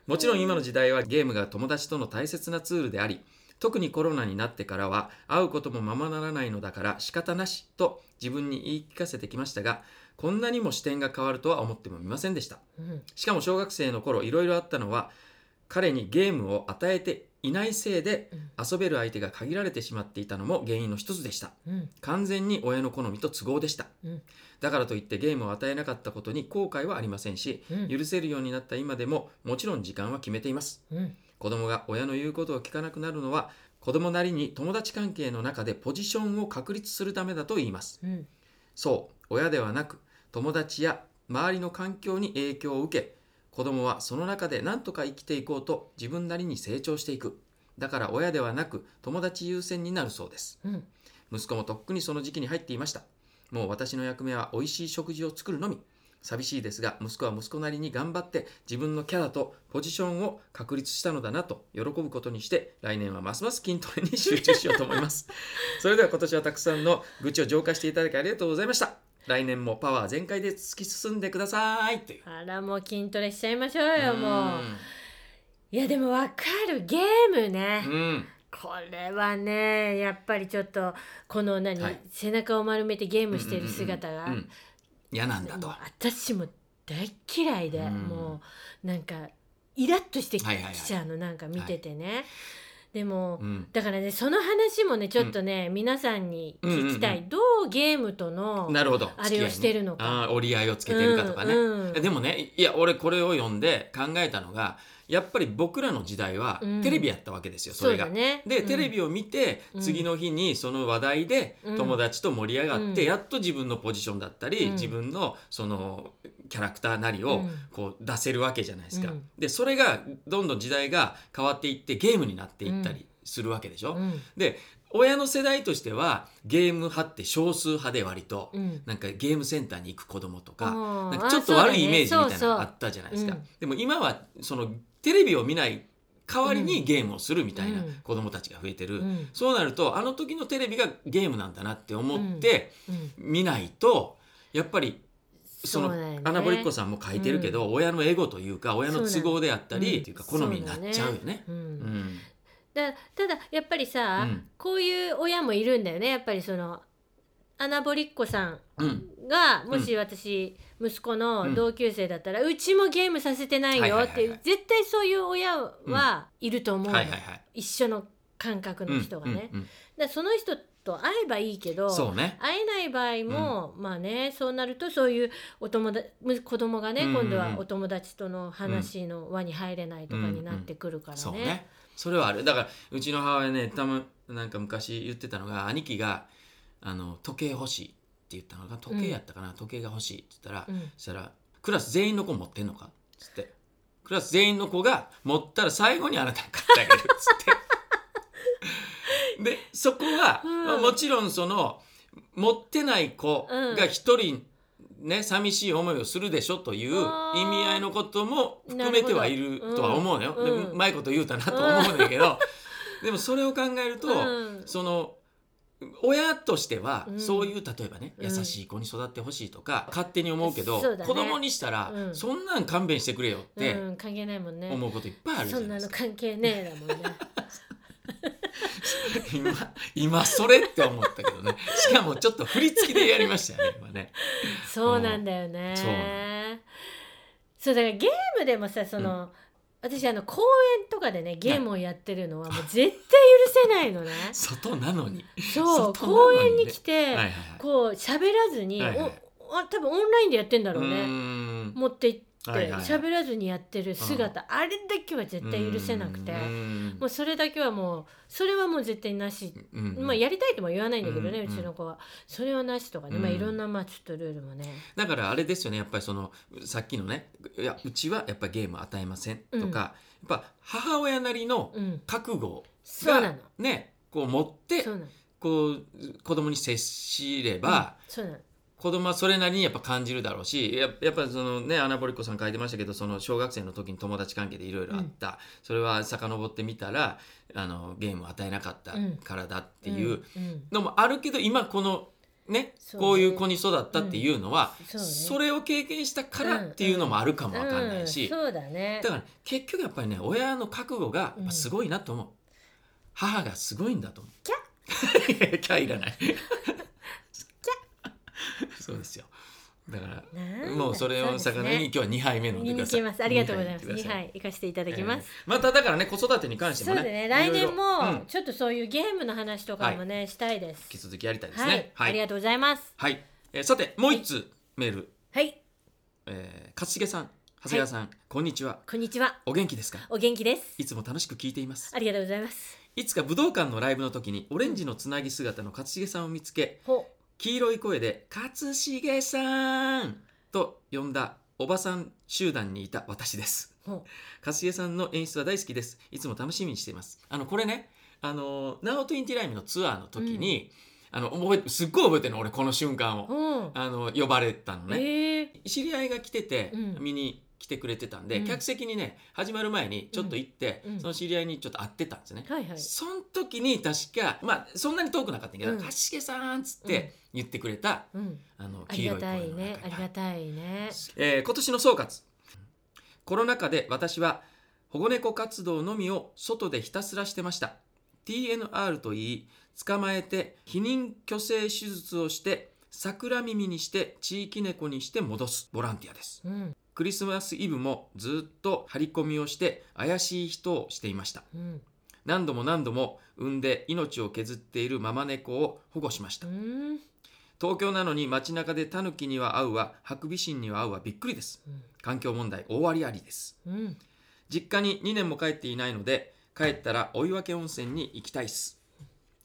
Speaker 1: もちろん今の時代はゲームが友達との大切なツールであり特にコロナになってからは会うこともままならないのだから仕方なしと自分に言い聞かせてきましたがこんなにも視点が変わるとは思ってもみませんでした
Speaker 2: うん
Speaker 1: しかも小学生の頃いろいろあったのは彼にゲームを与えていないせいで
Speaker 2: うん
Speaker 1: 遊べる相手が限られてしまっていたのも原因の一つでした
Speaker 2: うん
Speaker 1: 完全に親の好みと都合でした、
Speaker 2: うん
Speaker 1: だからといってゲームを与えなかったことに後悔はありませんし
Speaker 2: うん
Speaker 1: 許せるようになった今でももちろん時間は決めています
Speaker 2: うん
Speaker 1: 子供が親の言うことを聞かなくなるのは子供なりに友達関係の中でポジションを確立するためだと言います
Speaker 2: うん
Speaker 1: そう親ではなく友達や周りの環境に影響を受け子供はその中で何とか生きていこうと自分なりに成長していくだから親ではなく友達優先になるそうです
Speaker 2: うん
Speaker 1: 息子もとっくにその時期に入っていましたもう私の役目は美味しい食事を作るのみ寂しいですが息子は息子なりに頑張って自分のキャラとポジションを確立したのだなと喜ぶことにして来年はますます筋トレに集中しようと思いますそれでは今年はたくさんの愚痴を浄化していただきありがとうございました来年もパワー全開で突き進んでくださいという
Speaker 2: あらもう筋トレしちゃいましょうよもう
Speaker 1: うん
Speaker 2: いやでもわかるゲームね
Speaker 1: うん
Speaker 2: これはねやっぱりちょっとこの何、
Speaker 1: はい
Speaker 2: 背中を丸めてゲームしてる姿が、
Speaker 1: うんうんうん嫌なんだ
Speaker 2: も
Speaker 1: と
Speaker 2: う
Speaker 1: は
Speaker 2: 私も大嫌いで、
Speaker 1: うん
Speaker 2: もうなんかイラッとしてき
Speaker 1: はいはいはい
Speaker 2: ちゃうのなんか見ててね、でも、
Speaker 1: うん
Speaker 2: だからねその話もねちょっとね、皆さんに聞きたい、
Speaker 1: うん
Speaker 2: どうゲームとの
Speaker 1: なるほど
Speaker 2: あれをしてるのか
Speaker 1: 付き合いねあー折り合いをつけてるかとかね、
Speaker 2: うんうん
Speaker 1: でもねいや俺これを読んで考えたのがやっぱり僕らの時代は
Speaker 2: うん
Speaker 1: テレビやったわけですよ、そ
Speaker 2: そう
Speaker 1: れが。
Speaker 2: だね
Speaker 1: で
Speaker 2: うん
Speaker 1: テレビを見て、
Speaker 2: うん
Speaker 1: 次の日にその話題で
Speaker 2: うん
Speaker 1: 友達と盛り上がって、
Speaker 2: うん
Speaker 1: やっと自分のポジションだったり、
Speaker 2: うん
Speaker 1: 自分のそのキャラクターなり
Speaker 2: う
Speaker 1: を
Speaker 2: ん
Speaker 1: こう出せるわけじゃないですか。
Speaker 2: うん
Speaker 1: でそれがどんどん時代が変わっていってゲームになっていったりするわけでしょ。
Speaker 2: うん
Speaker 1: で親の世代としてはゲーム派って少数派で割と、
Speaker 2: うん
Speaker 1: なんかゲームセンターに行く子供とか
Speaker 2: うん
Speaker 1: なんかちょ
Speaker 2: あ
Speaker 1: っ
Speaker 2: そ
Speaker 1: と
Speaker 2: うだね
Speaker 1: 悪いイメージみたいなの
Speaker 2: そうそう
Speaker 1: あったじゃないですか
Speaker 2: うん
Speaker 1: でも今はそのテレビを見ない代わり
Speaker 2: う
Speaker 1: に
Speaker 2: ん
Speaker 1: ゲームをするみたいな
Speaker 2: うん
Speaker 1: 子供たちが増えてる、
Speaker 2: うん
Speaker 1: そうなるとあの時のテレビがゲームなんだなって思って見ないとやっぱりその
Speaker 2: そうだよね
Speaker 1: アナボリッコさんも書いてるけど、親のエゴというか親の都合であったり、
Speaker 2: うん
Speaker 1: っていうか好みになっちゃうよね。
Speaker 2: うんうん
Speaker 1: うん
Speaker 2: だただやっぱりさ、
Speaker 1: うん
Speaker 2: こういう親もいるんだよねやっぱりそのアナボリッコさん
Speaker 1: うん
Speaker 2: がもし私、息子の同級生だったら、うちもゲームさせてないよ
Speaker 1: はい
Speaker 2: っ
Speaker 1: はいはい
Speaker 2: て
Speaker 1: はい
Speaker 2: 絶対そういう親はいると思うの、
Speaker 1: はいはいはい。
Speaker 2: 一緒の感覚の人がね。
Speaker 1: うんうん
Speaker 2: だその人と会えばいいけ
Speaker 1: う
Speaker 2: ど
Speaker 1: んそうね。
Speaker 2: 会えない場合も、まあねそうなるとそういうお友だむ子供がね、
Speaker 1: うんうん
Speaker 2: 今度はお友達との話の輪に入れないとかになってくるからね。
Speaker 1: そうねそれはあるだからうちの母親ねたまなんか昔言ってたのが兄貴があの時計欲しいって言ったのが時計やったかな、時計が欲しいって言ったら、
Speaker 2: うん
Speaker 1: そしたら「クラス全員の子持ってんのか?」っつってクラス全員の子が持ったら最後にあなたに買ってあげるっつって でそこは、
Speaker 2: うん
Speaker 1: まあもちろんその持ってない子が一人ね、寂しい思いをするでしょという
Speaker 2: あー
Speaker 1: 意味合いのことも含めてはいるとは思うのよ、
Speaker 2: なるほ
Speaker 1: で
Speaker 2: どうん
Speaker 1: う
Speaker 2: うん
Speaker 1: まいこと言うたなと思うんだ けど、でもそれを考えると、
Speaker 2: うん
Speaker 1: その親としては、
Speaker 2: うん
Speaker 1: そういう例えばね
Speaker 2: うん
Speaker 1: 優しい子に育ってほしいとか、勝手に思うけど
Speaker 2: そうだね
Speaker 1: 子供にしたら、
Speaker 2: うん
Speaker 1: そんなん勘弁してくれよって
Speaker 2: うん、関係ないもんね
Speaker 1: 思うこといっぱいあるじ
Speaker 2: そ
Speaker 1: ゃ
Speaker 2: ん
Speaker 1: ない
Speaker 2: な
Speaker 1: です
Speaker 2: の
Speaker 1: か。
Speaker 2: 関係ねえだもんね
Speaker 1: 今今それって思ったけ どねしかもちょっと振り付きでやりましたよね今ね。
Speaker 2: そうなんだよね
Speaker 1: そうな
Speaker 2: そうだからゲームでもさその、私あの公園とかでねゲームをやってるの はもう絶対許せないのね
Speaker 1: 外なのに。
Speaker 2: そう
Speaker 1: 外なの
Speaker 2: 公
Speaker 1: にね
Speaker 2: 園に来て、
Speaker 1: はいはいはい
Speaker 2: こう喋らずに、
Speaker 1: はいはい
Speaker 2: おあ多分オンラインでやってんだろう
Speaker 1: う
Speaker 2: ね
Speaker 1: ーん
Speaker 2: 持って行って
Speaker 1: はいはい
Speaker 2: 喋らずにやってる姿、あれだけは絶対許せなくて
Speaker 1: うーん
Speaker 2: もうそれだけはもうそれはもう絶対なし、
Speaker 1: うん
Speaker 2: まあやりたいとも言わないんだけどね、
Speaker 1: う
Speaker 2: うんちの子はそれはなしとかね、まあ
Speaker 1: うん
Speaker 2: いろんなまあちょっとルールもね、
Speaker 1: だからあれですよねやっぱりそのさっきのねいやうちはやっぱゲーム与えません
Speaker 2: う
Speaker 1: とか、
Speaker 2: ん
Speaker 1: やっぱ母親なりの
Speaker 2: うん、
Speaker 1: 覚悟
Speaker 2: そうな
Speaker 1: が
Speaker 2: の
Speaker 1: ねこう持って
Speaker 2: そうなの
Speaker 1: こう子供に接しれば、
Speaker 2: そうなの
Speaker 1: 子供はそれなりにやっぱ感じるだろうしややっぱそのねアナボリッコさん書いてましたけどその小学生の時に友達関係でいろいろあった、それは遡ってみたらあのゲームを与えなかったからだっていう、
Speaker 2: うんうん
Speaker 1: のもあるけど今このね
Speaker 2: そうね
Speaker 1: こういう子に育ったっていうのは、
Speaker 2: そうね
Speaker 1: それを経験したからっていうのもあるかもわかんないし、
Speaker 2: うんそうだね
Speaker 1: だからね結局やっぱりね親の覚悟がやっぱすごいなと思う、母がすごいんだと思うキャ キャいらないキャそうですよだから
Speaker 2: なんだ
Speaker 1: もうそれを
Speaker 2: そう
Speaker 1: 魚
Speaker 2: です
Speaker 1: に
Speaker 2: ね
Speaker 1: 今日は2杯目飲んで
Speaker 2: 見
Speaker 1: く
Speaker 2: に
Speaker 1: ださい
Speaker 2: 行きますありがとうございます
Speaker 1: 二
Speaker 2: 二
Speaker 1: 杯
Speaker 2: 杯行かせていただきます、
Speaker 1: えーまただからね子育てに関して
Speaker 2: そう
Speaker 1: も
Speaker 2: だ
Speaker 1: ね
Speaker 2: ね来年
Speaker 1: いろいろうん
Speaker 2: もちょっとそういうゲームの話とかもね、したいです
Speaker 1: 引き続きやりたいです
Speaker 2: はい
Speaker 1: ね、は
Speaker 2: あり
Speaker 1: い
Speaker 2: がとうございます
Speaker 1: はいえーさてもう一通メール
Speaker 2: はい
Speaker 1: えー、勝重さん、長谷川さん、こんにちは。
Speaker 2: こんにちは
Speaker 1: お元気ですか
Speaker 2: お元気です
Speaker 1: いつも楽しく聞いています。
Speaker 2: ありがとうございます
Speaker 1: いつか武道館のライブの時にオレンジのつなぎ姿の勝重さんを見つけ、
Speaker 2: ほ
Speaker 1: 黄色い声で、勝重さんと呼んだおばさん集団にいた私です。
Speaker 2: ほ
Speaker 1: 勝重さんの演出は大好きです。いつも楽しみにしています。あの、これね、あの、ナオトゥインティライミのツアーの時に、あの、覚えすっごい覚えてるの、俺、この瞬間を。
Speaker 2: ほ
Speaker 1: あの、呼ばれたのね。
Speaker 2: えー
Speaker 1: 知り合いが来てて、
Speaker 2: うん
Speaker 1: 見に来てくれてたんで、
Speaker 2: うん
Speaker 1: 客席にね始まる前にちょっと行って、
Speaker 2: うんうん
Speaker 1: その知り合いにちょっと会ってたんですね。
Speaker 2: はいはい
Speaker 1: その時に確かまあそんなに遠くなかったんやけど
Speaker 2: うん
Speaker 1: 「橋重さん」っつって言ってくれた、
Speaker 2: うん
Speaker 1: あの
Speaker 2: あ
Speaker 1: 黄
Speaker 2: りが
Speaker 1: 色い
Speaker 2: た
Speaker 1: 声
Speaker 2: い
Speaker 1: の
Speaker 2: ねあり
Speaker 1: 中
Speaker 2: が
Speaker 1: に
Speaker 2: たいね
Speaker 1: えー今年の総括コロナ禍で私は保護猫活動のみを外でひたすらしてました TNR といい捕まえて避妊去勢手術をして桜耳にして地域猫にして戻すボランティアです
Speaker 2: うん
Speaker 1: クリスマスイブもずっと張り込みをして怪しい人をしていました
Speaker 2: うん
Speaker 1: 何度も何度も産んで命を削っているママ猫を保護しました
Speaker 2: うん
Speaker 1: 東京なのに街中でタヌキには会うわハクビシンには会うわびっくりです環境問題大ありありです
Speaker 2: うん
Speaker 1: 実家に2年も帰っていないので帰ったら追分温泉に行きたいっす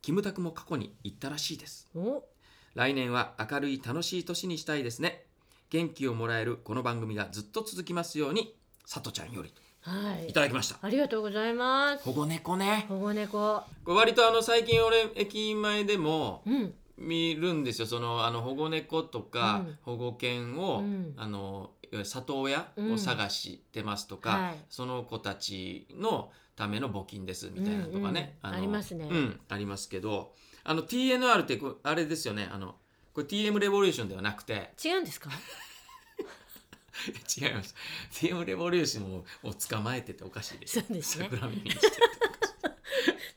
Speaker 1: キムタクも過去に行ったらしいです
Speaker 2: お
Speaker 1: 来年は明るい楽しい年にしたいですね元気をもらえるこの番組がずっと続きますようにさとちゃんより
Speaker 2: はいい
Speaker 1: ただきました
Speaker 2: ありがとうございます
Speaker 1: 保護猫ね
Speaker 2: 保護猫
Speaker 1: これ割とあの最近俺駅前でも
Speaker 2: うん
Speaker 1: 見るんですよそのあの保護猫とか
Speaker 2: うん
Speaker 1: 保護犬を、
Speaker 2: うん
Speaker 1: あのいわゆる里親
Speaker 2: う
Speaker 1: を
Speaker 2: ん
Speaker 1: 探してますとか、
Speaker 2: はい
Speaker 1: その子たちのための募金ですみたいなのとかね、
Speaker 2: うんうん
Speaker 1: の
Speaker 2: ありますね
Speaker 1: うん、ありますけどあの TNR ってこうあれですよねあのこれ TM レボリューションではなくて
Speaker 2: 違うんですか
Speaker 1: 違います TM レボリューションをを捕まえてておかしいです
Speaker 2: そうですね
Speaker 1: 桜耳にしてって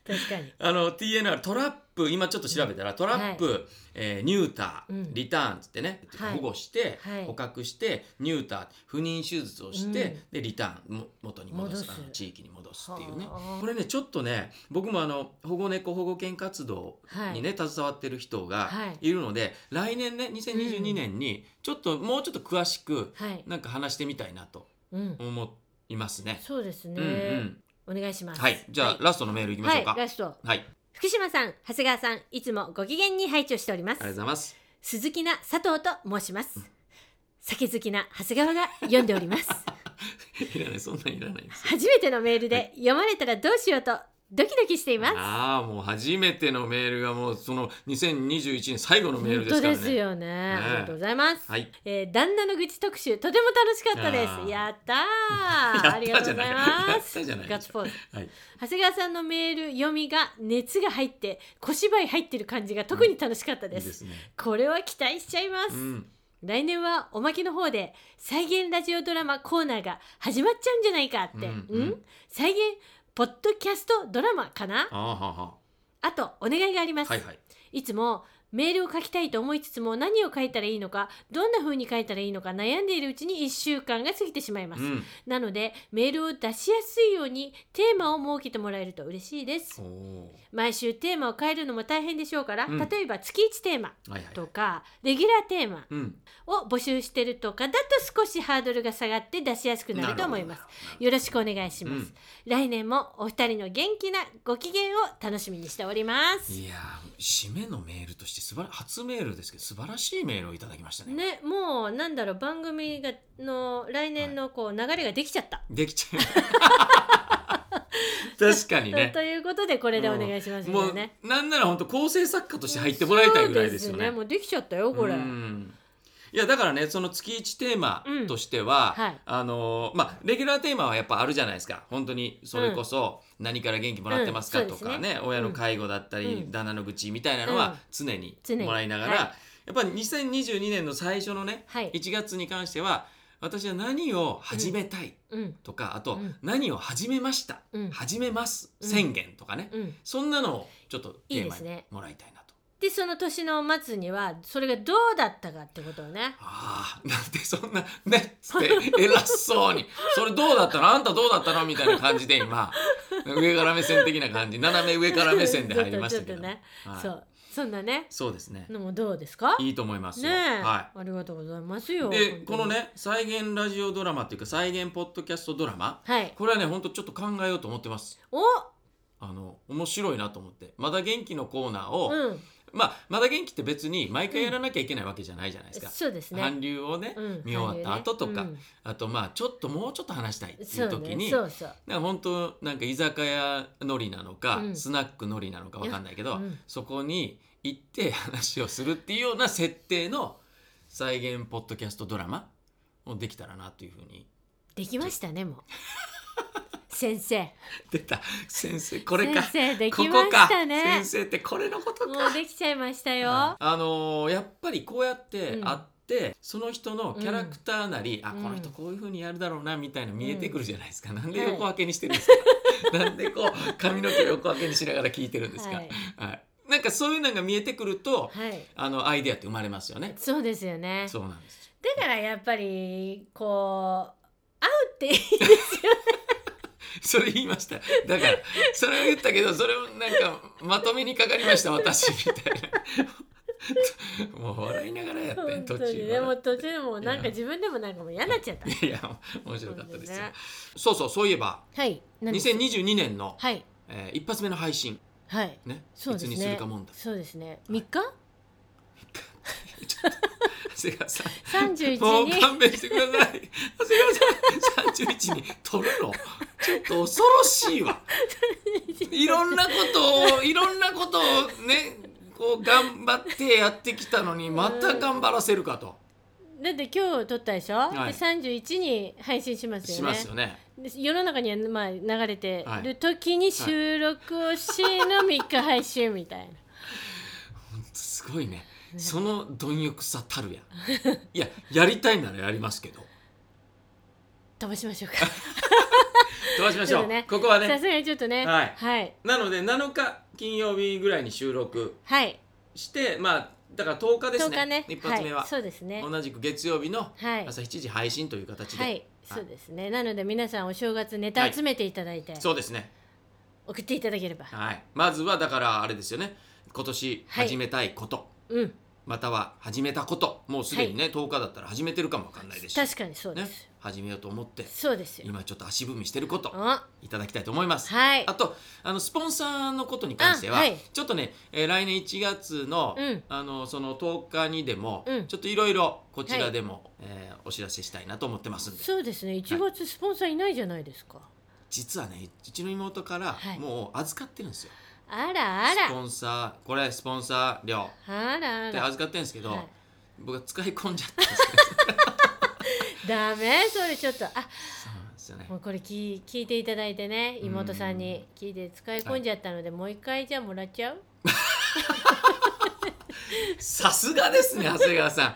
Speaker 2: 確かに
Speaker 1: あの TNR トラップ今ちょっと調べたらトラップ、えーニュータ
Speaker 2: う
Speaker 1: ー、
Speaker 2: ん
Speaker 1: リターンっつってね、
Speaker 2: はい
Speaker 1: 保護して、
Speaker 2: はい
Speaker 1: 捕獲してニューター不妊手術をして、
Speaker 2: うん
Speaker 1: でリターンも元に戻す
Speaker 2: 戻す
Speaker 1: あの地域に戻すっていうね
Speaker 2: はあ
Speaker 1: これねちょっとね僕もあの保護猫保護犬活動
Speaker 2: はい
Speaker 1: にね、携わってる人が
Speaker 2: はい
Speaker 1: いるので、来年ね2022年にちょっと、もうちょっと詳しく
Speaker 2: はい
Speaker 1: なんか話してみたいなと
Speaker 2: うん
Speaker 1: 思いますね。
Speaker 2: そうです
Speaker 1: うんう
Speaker 2: ね
Speaker 1: ん
Speaker 2: お願いします
Speaker 1: はい、じゃあ、
Speaker 2: はい
Speaker 1: ラストのメールいきましょうか。
Speaker 2: はいラスト
Speaker 1: はい、
Speaker 2: 福島さん長谷川さんいつもご機嫌に拝聴しております
Speaker 1: ありがとうございます。
Speaker 2: 鈴木な佐藤と申します酒好きな長谷川が読んでおり ます
Speaker 1: いらない、そんなんいらないです。
Speaker 2: 初めてのメールで読まれたらどうしようとドキドキしています
Speaker 1: ああ、もう初めてのメールがもうその2021年最後のメ
Speaker 2: 本
Speaker 1: ールです
Speaker 2: 当
Speaker 1: からね。
Speaker 2: ですよねありがとうございます、
Speaker 1: はい。
Speaker 2: えー旦那の愚痴特集とても楽しかったで
Speaker 1: あー
Speaker 2: すやったーあり
Speaker 1: や
Speaker 2: が
Speaker 1: っ
Speaker 2: と
Speaker 1: たじ
Speaker 2: う
Speaker 1: ゃ
Speaker 2: ござい
Speaker 1: ない
Speaker 2: ま
Speaker 1: やった
Speaker 2: す
Speaker 1: じゃない
Speaker 2: ガッツポーズ
Speaker 1: はい。
Speaker 2: 長谷川さんのメール読みが熱が入って小芝居入ってる感じが特に楽しかった
Speaker 1: い
Speaker 2: で、
Speaker 1: いですすね。
Speaker 2: これは期待しちゃいます、
Speaker 1: うん。
Speaker 2: 来年はおまけの方で再現ラジオドラマコーナーが始まっちゃうんじゃないかって、
Speaker 1: うん
Speaker 2: うん
Speaker 1: うん
Speaker 2: 再現ポッドキャストドラマかな
Speaker 1: ああはは。
Speaker 2: あとお願いがあります、
Speaker 1: はいはい。
Speaker 2: いつもメールを書きたいと思いつつも何を書いたらいいのかどんな風に書いたらいいのか悩んでいるうちに1週間が過ぎてしまいます、
Speaker 1: うん。
Speaker 2: なのでメールを出しやすいようにテーマを設けてもらえると嬉しいです
Speaker 1: おお
Speaker 2: 毎週テーマを変えるのも大変でしょうから、
Speaker 1: うん
Speaker 2: 例えば月1テーマ
Speaker 1: ー。はいはい。
Speaker 2: とかレギュラーテーマ
Speaker 1: うん。
Speaker 2: を募集してるとかだと少しハードルが下がって出しやすくなると思います
Speaker 1: なるほど。
Speaker 2: よろしくお願いします、
Speaker 1: うん
Speaker 2: 来年もお二人の元気なご機嫌を楽しみにしております
Speaker 1: いやー締めのメールとして素晴ら初メールですけど素晴らしいメールをいただきましたね。
Speaker 2: ね、もうなんだろう番組がの来年のこう流れができちゃった。
Speaker 1: できちゃ う。確かにね
Speaker 2: と。いうことでこれでお願いします
Speaker 1: も
Speaker 2: よ
Speaker 1: う
Speaker 2: ね。
Speaker 1: なんなら本当構成作家として入ってもらいたいぐらいですよ
Speaker 2: そう
Speaker 1: ね。
Speaker 2: もうできちゃったよこれ。
Speaker 1: うんいやだからねその月1テーマとしては、
Speaker 2: うんはい
Speaker 1: あのーまあレギュラーテーマはやっぱあるじゃないですか本当にそれこそ何から元気もらってますか
Speaker 2: うん
Speaker 1: と
Speaker 2: そ
Speaker 1: か
Speaker 2: う
Speaker 1: ね,、
Speaker 2: ですね
Speaker 1: 親の介護だったり、
Speaker 2: うん
Speaker 1: 旦那の愚痴みたいなのは常に
Speaker 2: 常に
Speaker 1: もらいながら、
Speaker 2: はい
Speaker 1: やっぱり2022年の最初のね、
Speaker 2: はい
Speaker 1: 1月に関しては私は何を始めたい
Speaker 2: うん
Speaker 1: とか、あと、
Speaker 2: うん
Speaker 1: 何を始めました、
Speaker 2: うん
Speaker 1: 始めます
Speaker 2: うん
Speaker 1: 宣言とかね、
Speaker 2: うん。
Speaker 1: そんなのをちょっとテーマ
Speaker 2: いいです
Speaker 1: に
Speaker 2: ね
Speaker 1: もらいたいなと。
Speaker 2: でその年の末にはそれがどうだったかってことをね。
Speaker 1: ああなんでそんなねっつって偉そうに「それどうだったのあんたどうだったの?」みたいな感じで今上から目線的な感じ斜め上から目線で入りましたけ ど
Speaker 2: ちょっとね
Speaker 1: はい
Speaker 2: そうそんなね。
Speaker 1: そうですね
Speaker 2: のもどうですか？
Speaker 1: いいと思います
Speaker 2: ね
Speaker 1: よ、
Speaker 2: え、
Speaker 1: は
Speaker 2: ありがとうございます
Speaker 1: い、
Speaker 2: よ。
Speaker 1: で
Speaker 2: 本当
Speaker 1: こ
Speaker 2: に
Speaker 1: の。ね再現ラジオドラマっていうか再現ポッドキャストドラマ
Speaker 2: はい。
Speaker 1: これはねほんとちょっと考えようと思ってます
Speaker 2: お
Speaker 1: あの面白いなと思って「まだ元気」のコーナーを、
Speaker 2: うん
Speaker 1: まあ「まだ元気」って別に毎回やらなきゃいけないわけじゃないじゃないですか、
Speaker 2: そうですね。
Speaker 1: 韓流をね、
Speaker 2: うん
Speaker 1: 見終わった後とか、
Speaker 2: 韓流ね
Speaker 1: あとまあちょっともうちょっと話したいって
Speaker 2: うん
Speaker 1: いう時に
Speaker 2: そうね、そうそう。
Speaker 1: なんか本当なんか居酒屋のりなのか、
Speaker 2: うん
Speaker 1: スナックのりなのかわかんないけ
Speaker 2: う
Speaker 1: ど、
Speaker 2: ん
Speaker 1: そこに行って話をするっていうような設定の再現ポッドキャストドラマをできたらなというふうに
Speaker 2: できましたねもう 先生
Speaker 1: 出た先生これか
Speaker 2: 先生で
Speaker 1: こ
Speaker 2: きま
Speaker 1: こ
Speaker 2: し
Speaker 1: か
Speaker 2: たね
Speaker 1: 先生ってこれのことか
Speaker 2: もうできちゃいましたよ、
Speaker 1: あのーやっぱりこうやって
Speaker 2: うん
Speaker 1: 会って、その人のキャラクターなり、あ
Speaker 2: うん
Speaker 1: この人こういうふうにやるだろうなみたいな見えてくるじゃないですか、なんで
Speaker 2: はい
Speaker 1: 横分けにしてるんですか、なんでこう髪の毛横分けにしながら聞いてるんですか、
Speaker 2: は
Speaker 1: はい
Speaker 2: い
Speaker 1: なんかそういうのが見えてくると、
Speaker 2: はい
Speaker 1: あのアイデアって生まれますよね。
Speaker 2: そうですよね
Speaker 1: そうなんです
Speaker 2: だからやっぱりこう会うっていい
Speaker 1: それ言いましただからそれを言ったけどそれをなんかまとめにかかりました私みたいな もう笑いながら やって
Speaker 2: 本
Speaker 1: 途
Speaker 2: 当
Speaker 1: 中
Speaker 2: にねも
Speaker 1: 笑
Speaker 2: う
Speaker 1: っ
Speaker 2: 途中もうなん
Speaker 1: い
Speaker 2: か
Speaker 1: や
Speaker 2: 自分でもなんかもう嫌になっちゃった
Speaker 1: いや面白かったですよ、
Speaker 2: ね
Speaker 1: そうそうそういえば
Speaker 2: はい何です
Speaker 1: 2022年の、
Speaker 2: はい
Speaker 1: えー一発目の配信
Speaker 2: はい
Speaker 1: ね
Speaker 2: そう
Speaker 1: い
Speaker 2: で
Speaker 1: つ
Speaker 2: すね
Speaker 1: にするか問題
Speaker 2: そうですね三 日
Speaker 1: 長谷川さ
Speaker 2: 三十一
Speaker 1: んもう
Speaker 2: に
Speaker 1: 勘弁してください長谷川さん31に撮るのちょっと恐ろし いわいろんなことをいろんなことをねこう頑張ってやってきたのにまた頑張らせるかと、
Speaker 2: だって今日撮ったでしょ、
Speaker 1: はい
Speaker 2: で31に配信しますよね
Speaker 1: しますよね
Speaker 2: で世の中にはまあ流れてる時に収録をしの3日配信みたいな、
Speaker 1: すごいねその貪欲さたるやいややりたいならやりますけど
Speaker 2: 飛ばしましょうか
Speaker 1: どうしましょ
Speaker 2: そうだ
Speaker 1: う、
Speaker 2: ね
Speaker 1: ここは
Speaker 2: さ
Speaker 1: ね
Speaker 2: すがにちょっとね
Speaker 1: はい
Speaker 2: はい、
Speaker 1: なので7日金曜日ぐらいに収録
Speaker 2: はい
Speaker 1: してまあだから10日です
Speaker 2: 10
Speaker 1: ね
Speaker 2: 日ね
Speaker 1: 一発目は、
Speaker 2: い、そうですね
Speaker 1: 同じく月曜日の
Speaker 2: はい
Speaker 1: 朝7時配信という形で、
Speaker 2: はいそうですねなので皆さんお正月ネタ集めていただいて、
Speaker 1: そうですね、
Speaker 2: 送っていただければ
Speaker 1: はい、まずはだからあれですよね今年
Speaker 2: はい
Speaker 1: 始めたいこと、
Speaker 2: うん
Speaker 1: または始めたこともうすでにね、10日だったら始めてるかもわかんないですし
Speaker 2: 確かにそうです、
Speaker 1: ね始めようと思って
Speaker 2: そうですよ
Speaker 1: 今ちょっと足踏みしてること
Speaker 2: あ
Speaker 1: いただきたいと思います。
Speaker 2: はい
Speaker 1: あとあのスポンサーのことに関しては、
Speaker 2: あはい
Speaker 1: ちょっとね、えー来年1月の,、
Speaker 2: うん
Speaker 1: あのその10日にでも、
Speaker 2: うん
Speaker 1: ちょっといろいろこちらでも、えーお知らせしたいなと思ってますんで
Speaker 2: そうですね1月スポンサーいないじゃないですか、
Speaker 1: 実はねうちの妹から
Speaker 2: はい
Speaker 1: もう預かってるんですよ、
Speaker 2: あらあ
Speaker 1: スポ
Speaker 2: ら
Speaker 1: ンサーこれスポンサー料
Speaker 2: あらあ
Speaker 1: って
Speaker 2: ら
Speaker 1: 預かってるんですけど、
Speaker 2: はい
Speaker 1: 僕は使い込んじゃったんです
Speaker 2: ダメそれちょっとあ
Speaker 1: そうなんですよね
Speaker 2: もうこれ聞い聞いていただいてね妹さんに聞いて使い込んじゃったので、もう一回じゃあもらっちゃう
Speaker 1: さすがですね長谷川さん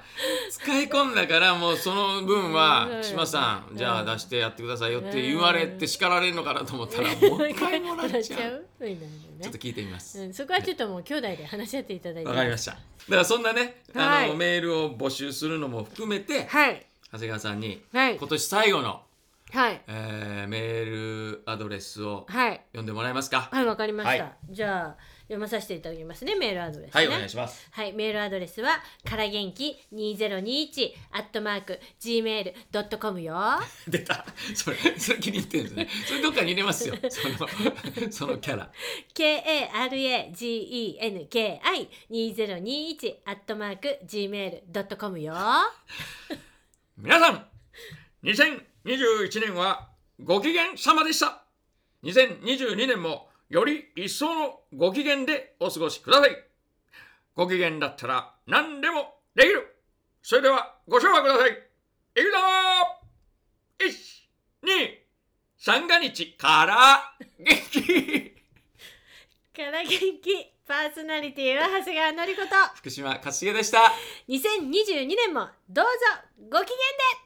Speaker 1: 使い込んだからもうその分は
Speaker 2: うん
Speaker 1: 島さんじゃあ
Speaker 2: うん
Speaker 1: 出してやってくださいよって言われて叱られるのかなと思ったらもう一回も らっちゃう
Speaker 2: そういうのね
Speaker 1: ちょっと聞いてみます
Speaker 2: うん、そこはちょっともう兄弟で話し合っていただいて
Speaker 1: わかりましただからそんなね
Speaker 2: は
Speaker 1: あの
Speaker 2: い
Speaker 1: メールを募集するのも含めて
Speaker 2: はい
Speaker 1: 長谷川さんに
Speaker 2: はい
Speaker 1: 今年最後の
Speaker 2: はい
Speaker 1: えーメールアドレスを
Speaker 2: はい
Speaker 1: 読んでもらえますか
Speaker 2: はいわかりました、
Speaker 1: は
Speaker 2: じゃあ読まさせていただきますねメールアドレスね
Speaker 1: はいお願いします
Speaker 2: はい、メールアドレスは、から元気二ゼロ二一アットマーク gmail ドットコムよ。
Speaker 1: 出たそれそれ気に入ってるんですねそれどっかに入れますよそのそのキャラ
Speaker 2: k a r a g e n k i 二ゼロ二一アットマーク gmail ドットコムよ。
Speaker 1: 皆さん2021年はご機嫌様でした2022年もより一層のご機嫌でお過ごしくださいご機嫌だったら何でもできるそれではご唱和くださいいくぞー123が日から元気
Speaker 2: から元気パーソナリティは長谷川のりこと。
Speaker 1: 福島勝重でした
Speaker 2: 二千二十二年もどうぞご機嫌で。